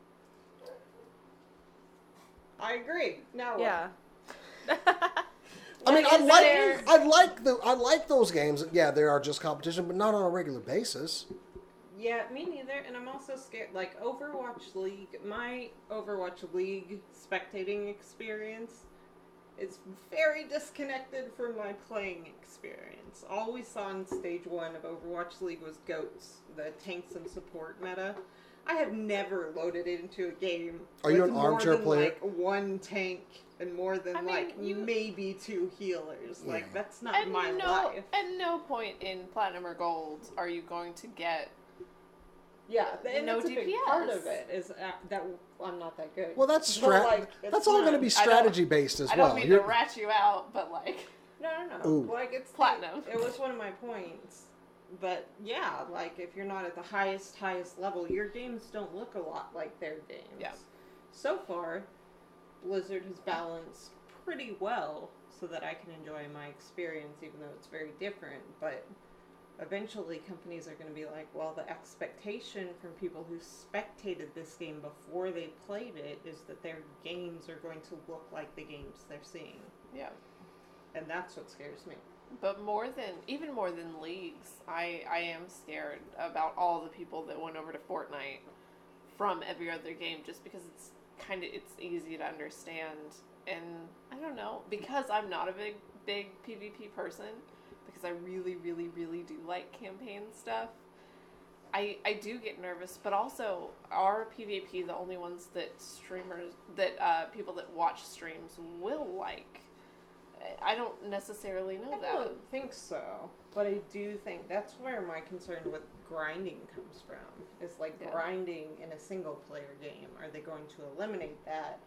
I agree. Now what? Yeah. I mean, I Is like there- I like the I like those games. Yeah, they are just competition, but not on a regular basis. Yeah, me neither. And I'm also scared. Like Overwatch League, my Overwatch League spectating experience is very disconnected from my playing experience. All we saw in stage one of Overwatch League was goats, the tanks and support meta. I have never loaded into a game. Are you with an more armchair than, player? Like one tank and more than I mean, like you- maybe two healers. Yeah. Like that's not At my no, life. At no point in platinum or gold are you going to get. Yeah, and No that's a big DPS. part of it is uh, that I'm not that good. Well, that's But, strat. like, it's that's all going to not- be I don't- strategy based as I well. don't mean You're- to rat you out, but like, No, no, no. Ooh. Like it's Platinum. It was one of my points, but yeah, like if you're not at the highest highest level, your games don't look a lot like their games. Yeah. So far, Blizzard has balanced pretty well so that I can enjoy my experience, even though it's very different. But eventually, companies are going to be like, well, the expectation from people who spectated this game before they played it is that their games are going to look like the games they're seeing. yeah. And that's what scares me. But more than even more than leagues, I I am scared about all the people that went over to Fortnite from every other game just because it's kind of it's easy to understand and I don't know because I'm not a big big PvP person because I really really really do like campaign stuff. I I do get nervous, but also are PvP the only ones that streamers that uh, people that watch streams will like. I- I don't necessarily know I that. don't think so, but I do think that's where my concern with grinding comes from. Is like Yeah. grinding in a single player game. Are they going to eliminate that?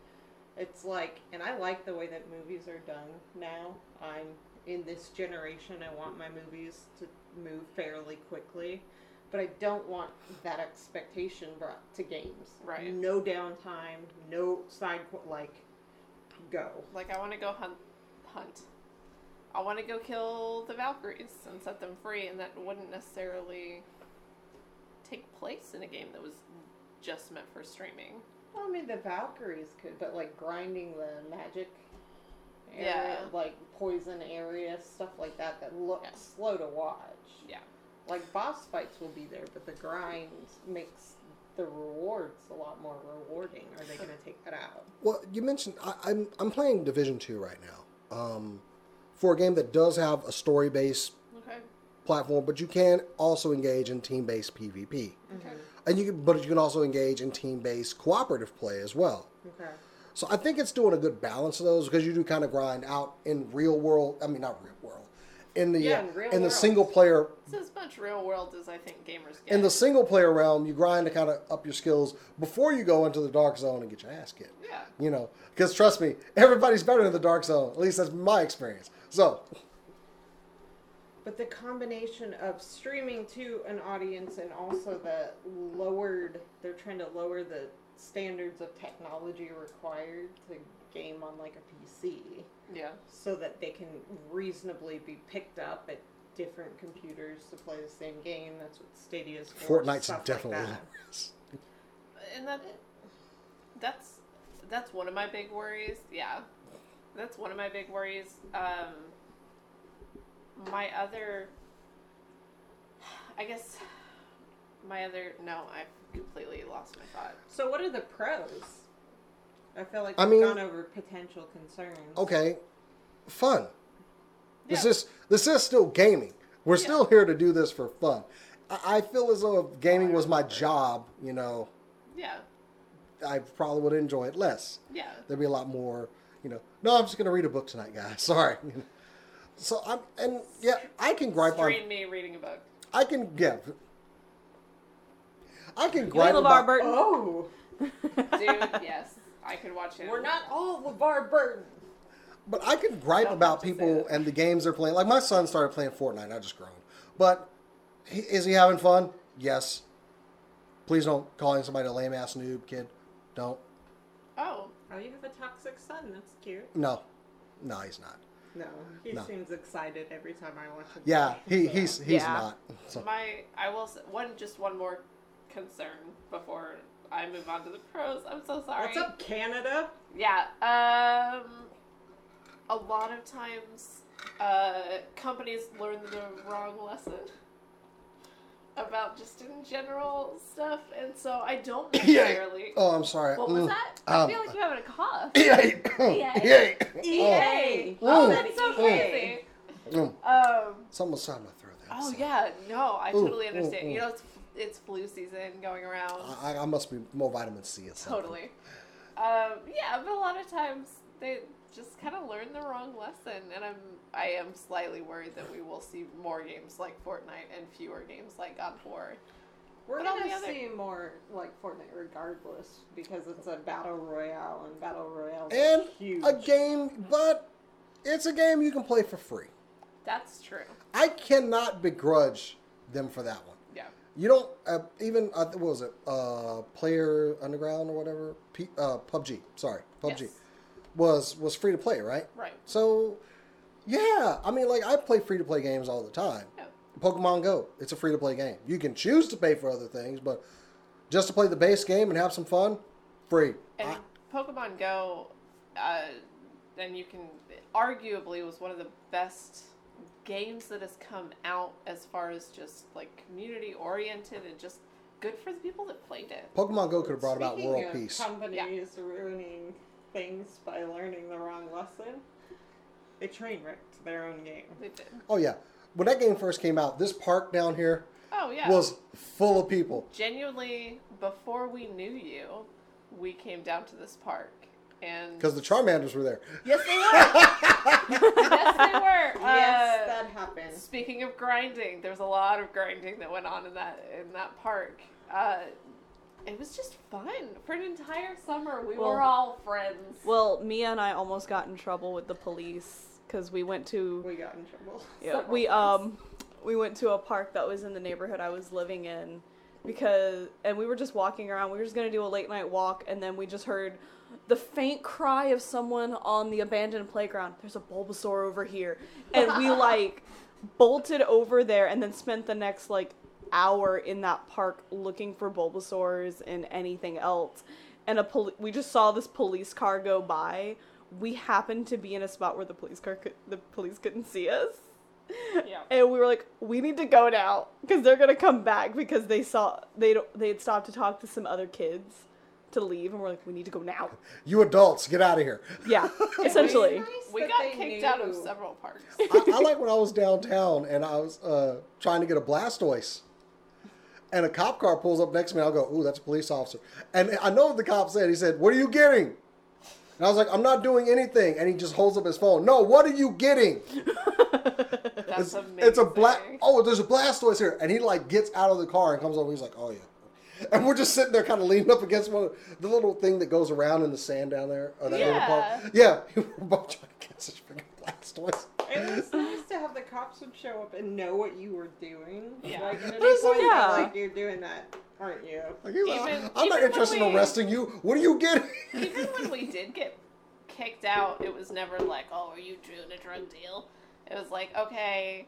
It's like, and I like the way that movies are done now. I'm in this generation. I want my movies to move fairly quickly, but I don't want that expectation brought to games. Right. No downtime. No side qu- like go. Like I want to go hunt, hunt. I want to go kill the Valkyries and set them free, and that wouldn't necessarily take place in a game that was just meant for streaming. Well, I mean, the Valkyries could, but like grinding the magic area, Yeah. like poison area, stuff like that, that looks Yeah. slow to watch. Yeah. Like boss fights will be there, but the grind makes the rewards a lot more rewarding. Are they going to take that out? Well, you mentioned I, I'm I'm playing Division Two right now, um, for a game that does have a story based Okay. platform, but you can also engage in team based PvP, Okay. and you can, but you can also engage in team based cooperative play as well. Okay. So I think it's doing a good balance of those because you do kind of grind out in real world. I mean, not real world, in the uh, Yeah, in real in the world. single player It's as much real world as I think gamers get. in the single player realm. You grind to kind of up your skills before you go into the dark zone and get your ass kicked. yeah. You know, because trust me, everybody's better in the dark zone. At least that's my experience. So, But the combination of streaming to an audience and also the lowered, they're trying to lower the standards of technology required to game on like a PC. Yeah. so that they can reasonably be picked up at different computers to play the same game. That's what Stadia is for. Fortnite's stuff like definitely that. hilarious. And that that's that's one of my big worries. Yeah. That's one of my big worries. Um my other I guess my other no, I've completely lost my thought. So, what are the pros? I feel like I we've mean- oh. gone over potential concerns. Okay, fun. This Yeah. is this is still gaming. We're still here to do this for fun. I, I feel as though if gaming was my job, you know, Yeah. I probably would enjoy it less. Yeah. There'd be a lot more, you know. No, I'm just gonna read a book tonight, guys. *laughs* Sorry. So I'm and yeah, I can gripe on. Strain me reading a book. I can yeah. I can gripe Levar about. Burton. Oh, Dude, *laughs* yes. I could watch it. we're not all LeVar Burton. But I could gripe Don't about have to say people that. and the games they're playing. Like my son started playing Fortnite. I just groaned. But he, is he having fun? Yes. Please don't call him somebody a lame ass noob kid. Don't. Oh. Oh, you have a toxic son. That's cute. No. No, he's not. No, he No. seems excited every time I watch him. Yeah, he, he's he's Yeah. not. *laughs* So, My, I will say, one, just one more concern before I move on to the pros. I'm so sorry. What's up, Canada? Yeah. Um, a lot of times, uh, companies learn the wrong lesson. about just in general stuff, and so I don't *coughs* Yeah. necessarily. Oh, I'm sorry. What was Mm. that? I um, feel like you're having a *coughs* cough. Yay! Yay! Oh, Yay! Ooh. Oh, that's so Ooh. crazy. mm. Um, Something inside my throat. there. I'm oh sorry. yeah, no, I Ooh, totally ooh, understand. ooh. You know, it's it's flu season going around. I, I- I must be more vitamin C or something. Totally. Um, yeah, but a lot of times they just kind of learn the wrong lesson, and I'm I am slightly worried that we will see more games like Fortnite and fewer games like God of War. We're But on gonna the other- see more like Fortnite regardless because it's a battle royale and battle royale And huge. a game, but it's a game you can play for free. That's true. I cannot begrudge them for that one. Yeah. You don't uh, even uh, what was it? Uh, Player Underground or whatever. P- uh, PUBG. Sorry, PUBG Yes. was was free to play, right? Right. So, yeah, I mean, like I play free to play games all the time. Yeah. Pokemon Go, it's a free to play game. You can choose to pay for other things, but just to play the base game and have some fun, free. And Pokemon Go, uh, then you can arguably was one of the best games that has come out as far as just like community oriented and just good for the people that played it. Pokemon Go could have brought about Speaking world of peace. Companies ruining things by learning the wrong lesson. They train wrecked their own game. They did. oh yeah, when that game first came out, this park down here Oh yeah. was full of people. genuinely before we knew you we came down to this park and Because the Charmanders were there. yes *laughs* they were *laughs* yes they were yes, Uh, that happened. speaking of grinding there's a lot of grinding that went on in that in that park uh, it was just fun for an entire summer we were Well- all friends Well, Mia and I almost got in trouble with the police because we went to We got in trouble. *laughs* yeah, we um we went to a park that was in the neighborhood I was living in because and we were just walking around. We were just gonna do a late night walk, and then we just heard the faint cry of someone on the abandoned playground. There's a Bulbasaur over here, and we like bolted over there, and then spent the next like hour in that park looking for Bulbasaur's and anything else. And a poli- we just saw this police car go by. We happened to be in a spot where the police car could- the police couldn't see us. Yeah. And we were like, we need to go now because they're gonna come back because they saw they don't- they had stopped to talk to some other kids to leave, and we're like, we need to go now. You adults, get out of here. Yeah, *laughs* essentially. we got kicked out of several *laughs* parks I, I like when I was downtown and I was uh, trying to get a Blastoise. And a cop car pulls up next to me. I'll go, ooh, that's a police officer. And I know what the cop said. He said, what are you getting? And I was like, I'm not doing anything. And he just holds up his phone. No, what are you getting? that's amazing It's a black. Oh, there's a Blastoise here, and he like gets out of the car and comes over. He's like, oh yeah, and we're just sitting there, kind of leaning up against one of the little thing that goes around in the sand down there. Or that little park. Yeah, *laughs* we were both trying to catch this freaking Blastoise. It *laughs* was nice to have the cops would show up and know what you were doing. Yeah. Like, *laughs* at any There's a- point, they're yeah. like you're doing that, aren't you? Like, he's like, Even- I'm not even interested when in we- arresting you. What are you getting? even when we did get kicked out, it was never like, "Oh, are you doing a drug deal?" It was like, "Okay,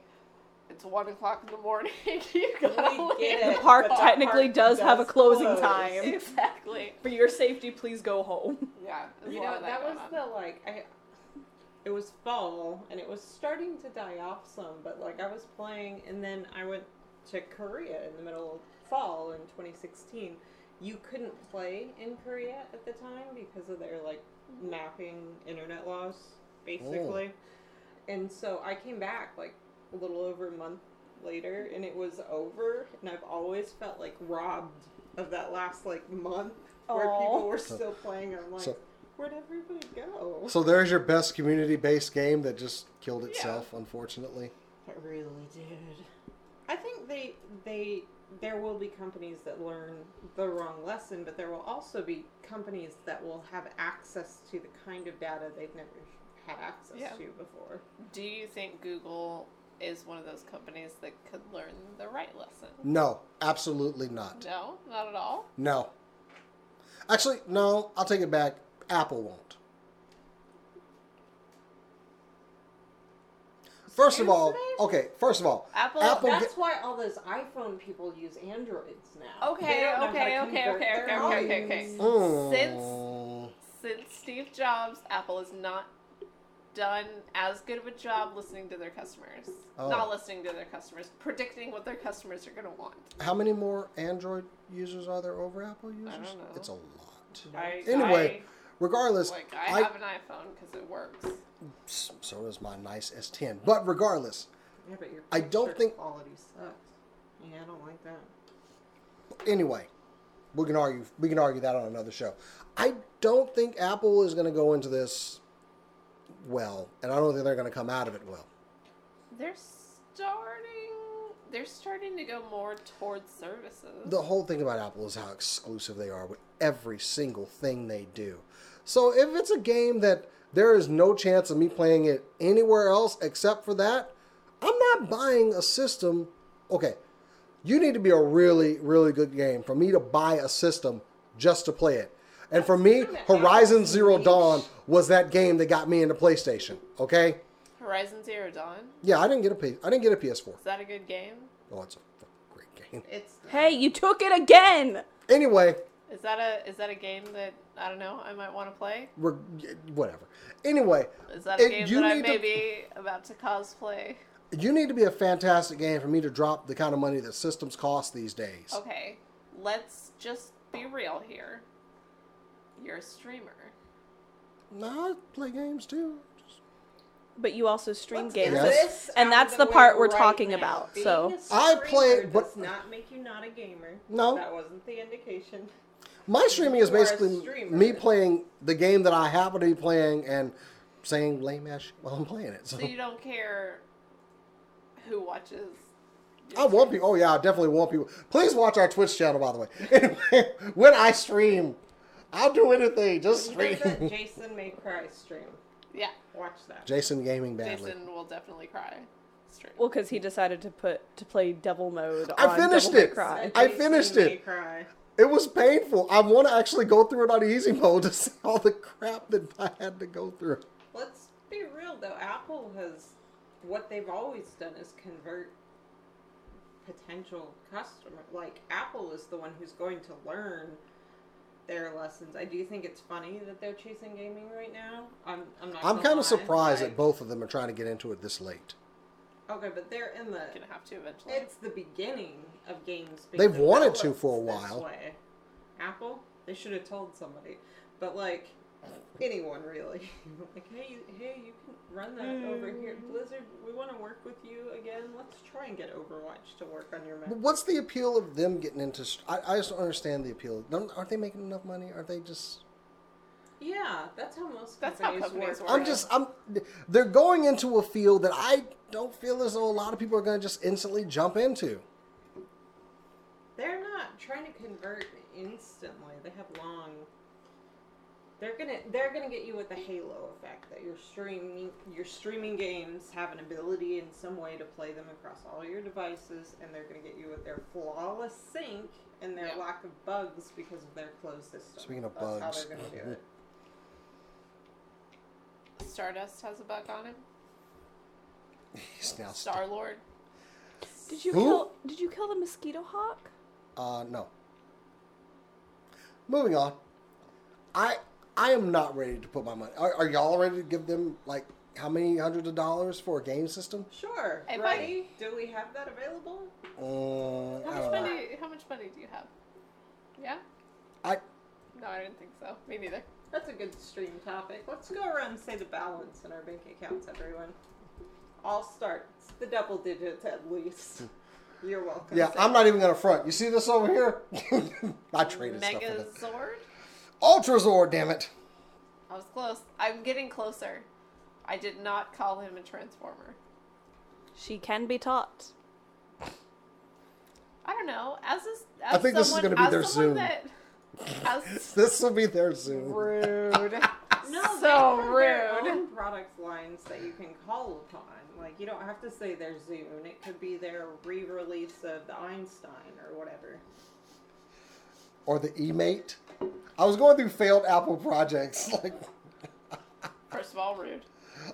it's one o'clock in the morning. *laughs* you gotta We leave." get The it, park but the technically park does have a does closing close. time. *laughs* Exactly. For your safety, please go home. *laughs* Yeah. there's You a lot know, of that going was on. the like I it was fall and it was starting to die off some, but like I was playing and then I went to Korea in the middle of fall in 2016. You couldn't play in Korea at the time because of their like Mm-hmm. mapping internet laws basically. Oh. And so I came back like a little over a month later and it was over and I've always felt like robbed of that last like month where Aw. people were still playing. I'm like, So- where'd everybody go? *laughs* so there's your best community-based game that just killed itself, unfortunately. It really did. I think they they there will be companies that learn the wrong lesson, but there will also be companies that will have access to the kind of data they've never had access Yeah. to before. Do you think Google is one of those companies that could learn the right lesson? No, absolutely not. No, not at all. No. Actually, no. I'll take it back. Apple won't. First of all, Seriously? okay. First of all, Apple- Apple That's ge- why all those iPhone people use Androids now. Okay, They don't know how to okay, okay, convert okay, their okay, okay, okay, volumes. okay. Mm. Since- Since Steve Jobs, Apple is not done as good of a job listening to their customers. Oh. Not listening to their customers, predicting what their customers are going to want. How many more Android users are there over Apple users? don't know. It's a lot. I, Anyway, I- regardless, like I, I, have an iPhone because it works. s so does my nice S10. But regardless, Yeah, but your I don't picture think- quality sucks. Yeah, I don't like that. anyway, we can argue. We can argue that on another show. I don't think Apple is going to go into this well, and I don't think they're going to come out of it well. They're starting. They're starting to go more towards services. The whole thing about Apple is how exclusive they are with every single thing they do. So if it's a game that there is no chance of me playing it anywhere else except for that, I'm not buying a system. Okay, you need to be a really, really good game for me to buy a system just to play it. And for me, Horizon Zero Dawn was that game that got me into PlayStation. Okay, Horizon Zero Dawn. yeah, I didn't get a P- I didn't get a PS4. Is that a good game? Oh, it's a fucking great game. It's Hey, you took it again. Anyway, Is that a is that a game that I don't know I might want to play? we're whatever. Anyway, Is that a it- game you that I need may to- be about to cosplay? You need to be a fantastic game for me to drop the kind of money that systems cost these days. Okay, let's just be real here. You're a streamer. No, I play games too. Just- But you also stream Let's games. get Yes. this And out that's of the way part we're right talking now. about, Being so- a I play- streamer but- does not make you not a gamer. No. that wasn't the indication. My streaming is You are a basically streamer. me playing the game that I happen to be playing and saying lame ass shit while I'm playing it. So, So you don't care who watches. your I want people. Oh yeah, I definitely want people. Please watch our Twitch channel, by the way. *laughs* Anyway, when I stream, I'll do anything. Just There's *laughs* that stream. Jason May Cry stream. stream. Yeah, Watch that. Jason gaming badly. Jason will definitely cry. Stream. Well, because he decided to put to play Devil Mode. I on finished Devil May it. Cry. That I Jason finished May it. Cry. It was painful. I want to actually go through it on easy mode to see all the crap that I had to go through. Let's be real though. Apple has what they've always done is convert potential customer. Like Apple is the one who's going to learn their lessons. I do think it's funny that they're chasing gaming right now. I'm I'm not. I'm gonna kind lie. of surprised Like, that both of them are trying to get into it this late. Okay, but they're in the. gonna have to eventually. It's the beginning of games. being They've wanted to developed for a this while. way. Apple, they should have told somebody, but like anyone really, *laughs* like hey, you- hey, you can run that over here, Hmm. Blizzard. We want to work with you again. Let's try and get Overwatch to work on your Mac. But what's the appeal of them getting into? st- I, I just don't understand the appeal. Don't- Aren't they making enough money? Aren't they just? Yeah, that's how most That's how companies, companies work. work. I'm just. I'm. They're going into a field that I don't feel as though a lot of people are going to just instantly jump into. *laughs* They're not trying to convert instantly. They have long. They're gonna they're gonna get you with the halo effect that your streaming your streaming games have an ability in some way to play them across all your devices, and they're gonna get you with their flawless sync and their Yeah. lack of bugs because of their closed system. Speaking of That's how bugs. they're gonna do it. Stardust has a bug on him. He's now. st- Star Lord. Did you Who? kill? Did you kill the mosquito hawk? Uh, no. Moving on. I I am not ready to put my money. Are, are y'all ready to give them like how many hundreds of dollars for a game system? Sure. If I- Ready? Do we have that available? Mm, How I much don't know. money? How much money do you have? Yeah. I No, I didn't think so. Me neither. That's a good stream topic. Let's go around and say the balance in our bank accounts, everyone. I'll start. It's the double digits at *laughs* least. You're welcome. Yeah, I'm not even gonna front. You see this over here? *laughs* I traded stuff for this. Megazord. Ultra Zord, damn it! I was close. I'm getting closer. I did not call him a transformer. She can be taught. I don't know. As a, as I think this is someone, gonna be as their Zoom. someone That, *laughs* as This will be there soon. rude. No, they so have their rude. own product lines that you can call upon. Like you don't have to say their Zune. It could be their re-release of the Einstein or whatever. Or the E-Mate. I was going through failed Apple projects. *laughs* Like, First of all, rude.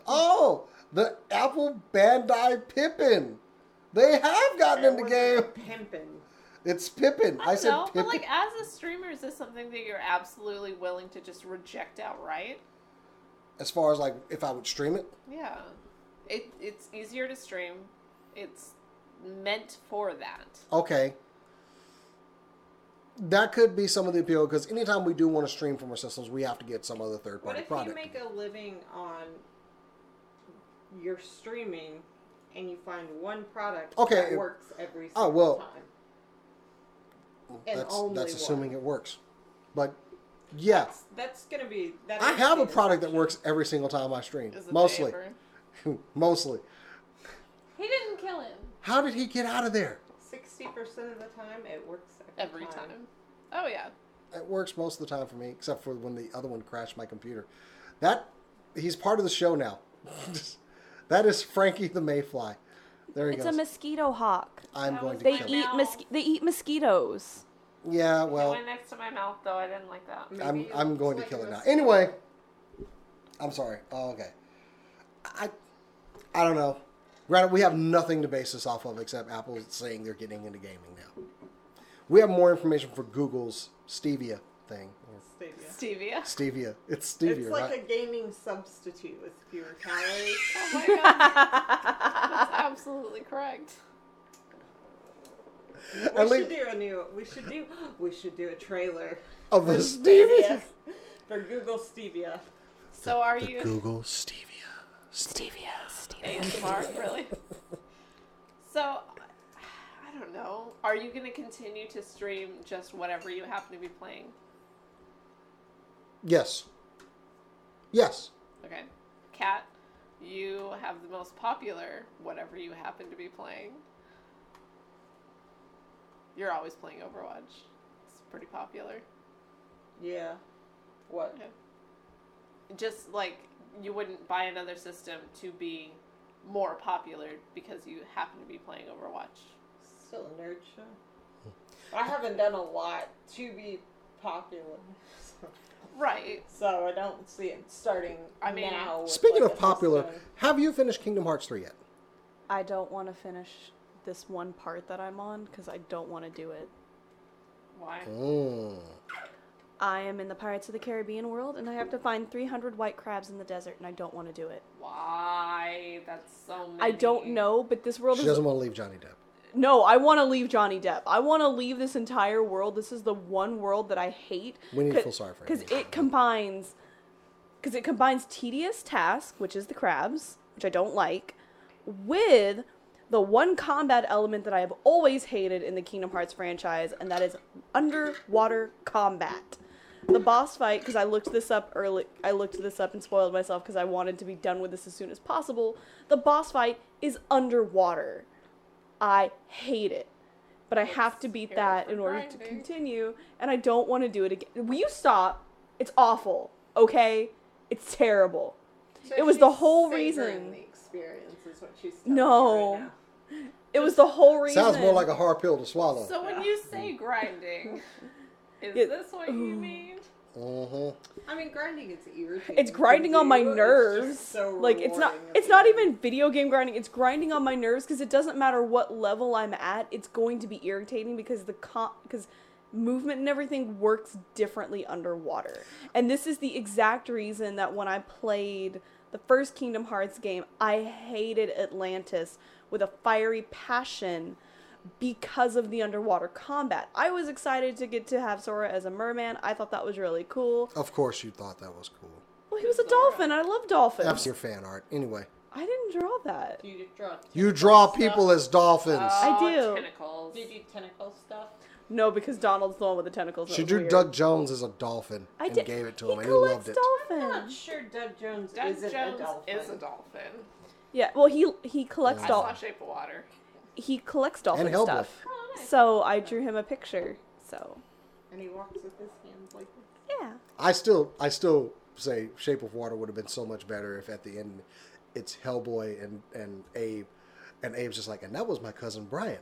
oh, the Apple Bandai Pippin. They have gotten There into was game. Pimpin. It's Pippin. I, I said no, Pippin. but like as a streamer, is this something that you're absolutely willing to just reject outright? as far as like if I would stream it. Yeah. It, it's easier to stream. It's meant for that. Okay. That could be some of the appeal because anytime we do want to stream from our systems, we have to get some other third What party if product. you make a living on your streaming and you find one product Okay, that it- works every oh, single well, time? and that's only that's one. assuming it works. But yeah, That's, that's going to be. That I is have the a product that assumption. works every single time I stream. Is it Mostly. the Amber? *laughs* Mostly. He didn't kill him. How did he get out of there? 60% of the time, it works every, Every time. Oh, yeah. It works most of the time for me, except for when the other one crashed my computer. That he's part of the show now. *laughs* that is Frankie the Mayfly. There he It's a goes. mosquito hawk. I'm That going was to They kill. eat Wow. mosqui- They eat mosquitoes. him. Yeah, Well, well, went next to my mouth, though. I didn't like that. I'm Maybe it I'm looks going to like kill a it now. mosquito. Anyway, I'm sorry. Oh, okay. I I don't know. Granted, we have nothing to base this off of except Apple saying they're getting into gaming now. We have more information for Google's stevia thing or Stevia. Stevia. stevia. It's stevia, It's like right? a gaming substitute with *laughs* fewer calories. Oh, my God. That's absolutely correct. we At least should do a new. We should do. *gasps* We should do *laughs* a trailer. *laughs* of the stevia. Yes, for Google Stevia. So, are The you Google stevia. Stevia. ASMR? Really? So, I don't know. Are you going to continue to stream just whatever you happen to be playing? Yes. Yes. Okay. Kat, you have the most popular whatever you happen to be playing. You're always playing Overwatch. It's pretty popular. Yeah. What? Okay. Just like you wouldn't buy another system to be more popular because you happen to be playing Overwatch. Still a nerd show. I haven't done a lot to be popular, *laughs* so, Right. so I don't see it starting I mean- now. with, Speaking like, of a popular, system. have you finished Kingdom Hearts 3 yet? I don't want to finish this one part that I'm on because I don't want to do it. Why? Mm. I am in the Pirates of the Caribbean world and I have to find 300 white crabs in the desert and I don't want to do it. Why? That's so many. I don't know, but this world She is doesn't want to leave Johnny Depp. No, I want to leave Johnny Depp. I want to leave this entire world. This is the one world that I hate. We need to feel sorry for him. because it combines, because it combines tedious task, which is the crabs, which I don't like, with the one combat element that I have always hated in the Kingdom Hearts franchise, and that is underwater combat. The boss fight, because I looked this up early, I looked this up and spoiled myself because I wanted to be done with this as soon as possible. The boss fight is underwater. I hate it. But I have to beat here that for in order to grinding. continue, and I don't want to do it again. Will you stop? It's awful, okay? It's terrible. So it was the she's whole savoring reason. The experience is what she's telling me No. right now. It was the whole reason. Sounds more like a hard pill to swallow. So when you say grinding, is Yeah. this what you mean? Mhm. I mean, grinding is irritating. it's to grinding on my do, it's just nerves. so like it's not rewarding at it's the not end. even video game grinding. It's grinding on my nerves because it doesn't matter what level I'm at. It's going to be irritating because the com because movement and everything works differently underwater. And this is the exact reason that when I played the first Kingdom Hearts game, I hated Atlantis with a fiery passion because of the underwater combat. I was excited to get to have Sora as a merman. I thought that was really cool. Of course you thought that was cool. Well, he was a dolphin. I love dolphins. That's your fan art. Anyway, I didn't draw that. Do you draw? you draw people as dolphins. I do. Oh, Tentacles. Do you do tentacle stuff? No, because Donald's the one with the tentacles. and she it was drew weird. Doug Jones as a dolphin I and did- gave it to he him, and he collects loved it. I'm not dolphins. sure Doug Jones Doug isn't Jones a dolphin. is a dolphin. Yeah, well, he he collects I Yeah. saw dolphins. Shape of Water. He collects dolphin And Hellboy. stuff. Oh, nice. So I drew him a picture. So and he walks with his hands like this. yeah, I still, I still say Shape of Water would have been so much better if at the end it's Hellboy and and Abe, and Abe's just like, and that was my cousin Brian.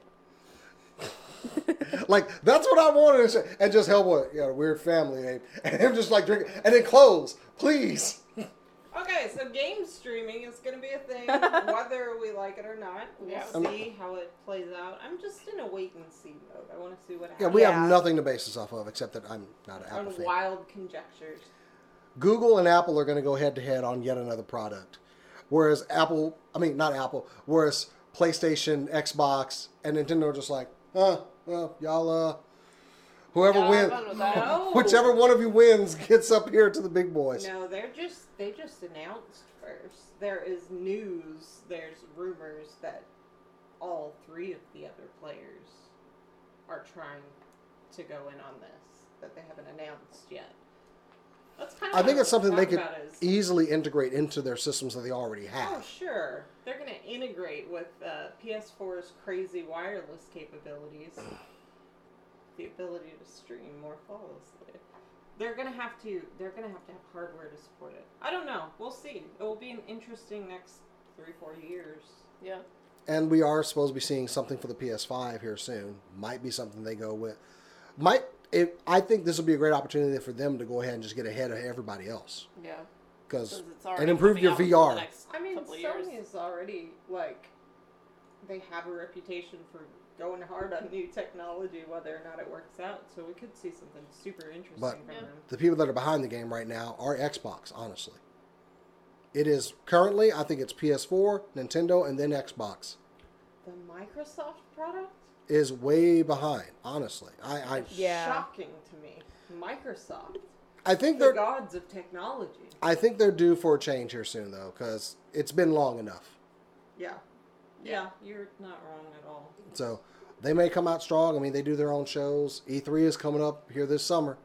like that's what I wanted to say, and just Hellboy, yeah, weird family, Abe, *laughs* and him just like drinking, and then clothes, please. Okay, so game streaming is going to be *laughs* a thing, whether we like it or not. We'll Yeah. Um, see how it plays out. I'm just in a wait and see mode. I want to see what Yeah, happens. we Yeah. have nothing to base this off of except that I'm not an Apple on fan. wild conjectures. Google and Apple are going to go head to head on yet another product. Whereas Apple, I mean, not Apple, whereas PlayStation, Xbox, and Nintendo are just like, uh, well, y'all, uh, whoever Y'all have wins, fun with that. No. *laughs* whichever one of you wins gets up here to the big boys. No, they're just they just announced first. There is news. There's rumors that all three of the other players are trying to go in on this that they haven't announced yet. That's kind of I think it's something they could Is, easily integrate into their systems that they already oh have. sure, they're going to integrate with uh, PS4's crazy wireless capabilities, the ability to stream more flawlessly. They're gonna have to. They're gonna have to have hardware to support it. I don't know. We'll see. It will be an interesting next three, four years. Yeah. And we are supposed to be seeing something for the PS5 here soon. Might be something they go with. Might it, I think this would be a great opportunity for them to go ahead and just get ahead of everybody else Yeah. because Since it's already and improve coming your out within VR. The next I mean, couple of Sony years. is already like they have a reputation for going hard on new technology, whether or not it works out. So we could see something super interesting But- from Yeah. them. the people that are behind the game right now are Xbox, honestly. It is currently, I think it's PS4, Nintendo, and then Xbox The Microsoft product is way behind, honestly. I I, Yeah. shocking to me. Microsoft, I think the they're gods of technology. I think they're due for a change here soon though, because it's been long enough. Yeah. Yeah, you're not wrong at all. So they may come out strong. I mean, they do their own shows. E3 is coming up here this summer.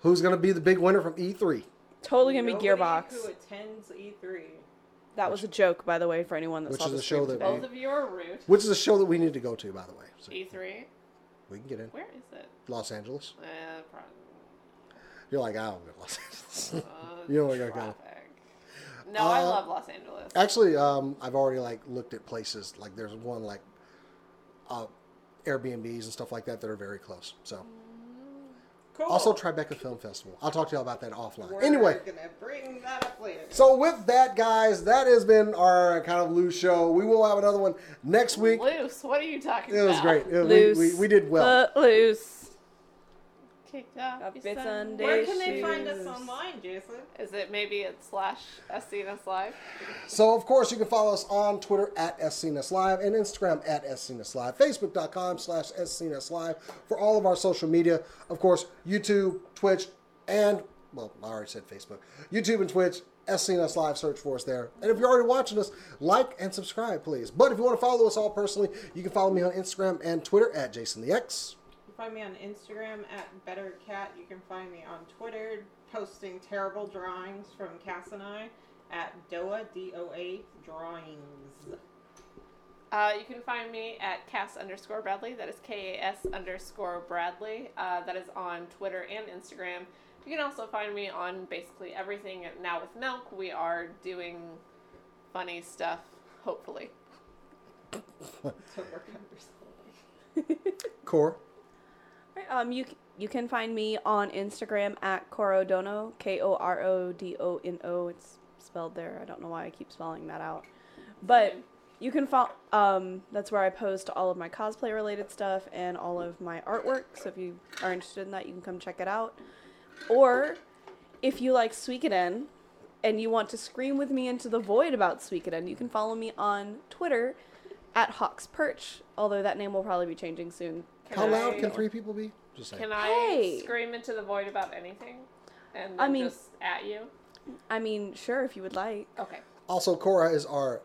Who's going to be the big winner from E E3? Totally gonna be Nobody Gearbox. Who attends E E3? That was a joke, by the way, for anyone that Which saw is the a show stream that today. Both of you are rude. Which is a show that we need to go to, by the way. So E3. we can get in. Where is it? Los Angeles. Uh, probably. You're like, I don't go to Los Angeles. *laughs* Uh, You don't gotta go. traffic. No, I Uh, love Los Angeles. Actually, um, I've already like looked at places. Like there's one like uh, Airbnbs and stuff like that that are very close. So Cool. also Tribeca Film Festival. I'll talk to y'all about that offline. We're anyway, gonna bring that up later. so with that, guys, that has been our kind of loose show. We will have another one next week. Loose. What are you talking It about? was great. It- we- Loose. we, we did well. Foot loose. Kicked off Up your it's sandals. Sunday. Where can they Issues. find us online, Jason? Is it maybe at slash SCNS Live? So, of course, you can follow us on Twitter at SCNS Live and Instagram at SCNS Live, Facebook.com slash SCNS Live for all of our social media. Of course, YouTube, Twitch, and, well, I already said Facebook. YouTube and Twitch, SCNS Live, search for us there. And if you're already watching us, like and subscribe, please. But if you want to follow us all personally, you can follow me on Instagram and Twitter at JasonTheX. You can find me on Instagram at BetterCat. You can find me on Twitter posting terrible drawings from Cass and I at Doa D O A Drawings. Uh, you can find me at Cass underscore Bradley. That is K A S underscore Bradley. Uh, that is on Twitter and Instagram. You can also find me on basically everything at now with milk. We are doing funny stuff, hopefully. So work on yourself. Core. Right, Um, you c- you can find me on Instagram at Corodono, K O R O D O N O. It's spelled there. I don't know why I keep spelling that out, but you can follow. Um, that's where I post all of my cosplay related stuff and all of my artwork. So if you are interested in that, you can come check it out. Or if you like Suikoden and you want to scream with me into the void about Suikoden, you can follow me on Twitter at Hawks Perch. Although that name will probably be changing soon. How I- loud can three people be? Just saying. Can I Hey. scream into the void about anything? And I then mean- just at you? I mean, sure, if you would like. Okay. Also, Cora is our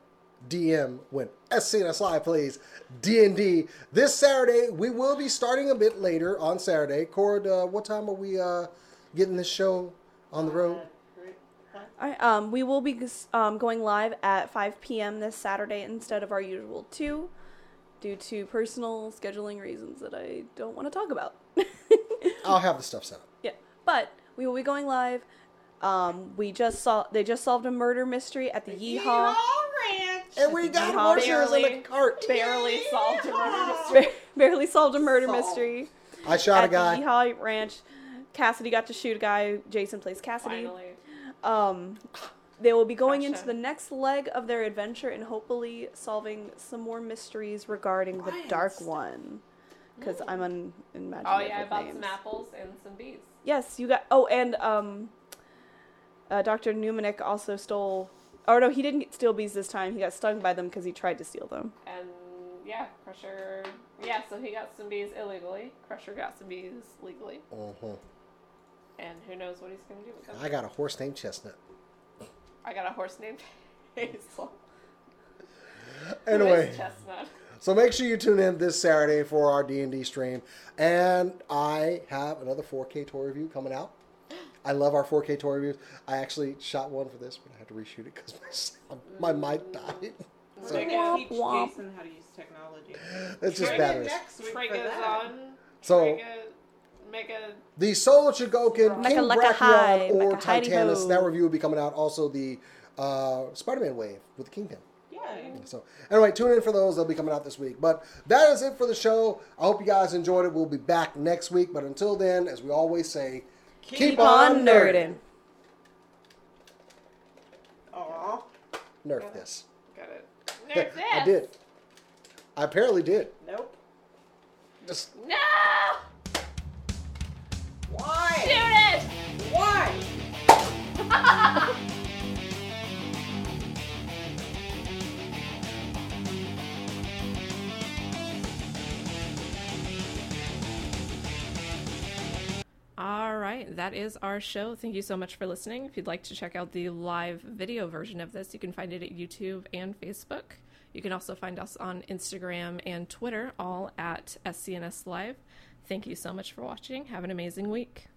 DM when SCNS Live plays D&D. This Saturday, we will be starting a bit later on Saturday. Cora, uh, what time are we uh, getting this show on the road? All right, um, we will be um, going live at 5 p.m. this Saturday instead of our usual 2 due to personal scheduling reasons that I don't want to talk about. *laughs* Uh, I'll have the stuff set up. yeah, but we will be going live. Um, we just saw they just solved a murder mystery at the Yeehaw. Ranch. And we got Yeehaw. horses in the cart. Barely solved a murder mystery. Barely solved a murder Solved. mystery I shot a at the guy. Yeehaw Ranch. Cassidy got to shoot a guy. Jason plays Cassidy. Finally. Um, they will be going into Gotcha. the next leg of their adventure and hopefully solving some more mysteries regarding the Dark One. Because I'm un- imaginative Oh, yeah, I with bought names. some apples and some bees. Yes, you got. Oh, and um, Uh, Dr. Numenick also stole. Oh no, he didn't steal bees this time. He got stung by them because he tried to steal them. And yeah, Crusher. Yeah, so he got some bees illegally. Crusher got some bees legally. Uh-huh. And who knows what he's going to do with them. I got a horse named Chestnut. I got a horse named *laughs* Hazel. Who is Anyway, Chestnut. so make sure you tune in this Saturday for our D and D stream, and I have another 4K toy review coming out. I love our 4K toy reviews. I actually shot one for this, but I had to reshoot it because my sound- my mic died. We're So gonna teach Womp womp. Jason how to use technology. it's just Trig batteries. next week for Triga's that. on. So Triga, Mega. the Solo Chogokin, Like a- King like a Brachion, hive, or like a hidey Titanus. ho. That review will be coming out. Also the uh, Spider-Man wave with the Kingpin. Yeah. So anyway, tune in for those. They'll be coming out this week. But that is it for the show. I hope you guys enjoyed it. We'll be back next week. But until then, as we always say, keep, On nerdin'. Aw. Nerf this. Got it. Nerf this. *laughs* I did. I apparently did. Nope. Just No! Shoot Why? it! Why? All right, that is our show. Thank you so much for listening. If you'd like to check out the live video version of this, you can find it at YouTube and Facebook. You can also find us on Instagram and Twitter, all at SCNS Live. Thank you so much for watching. Have an amazing week.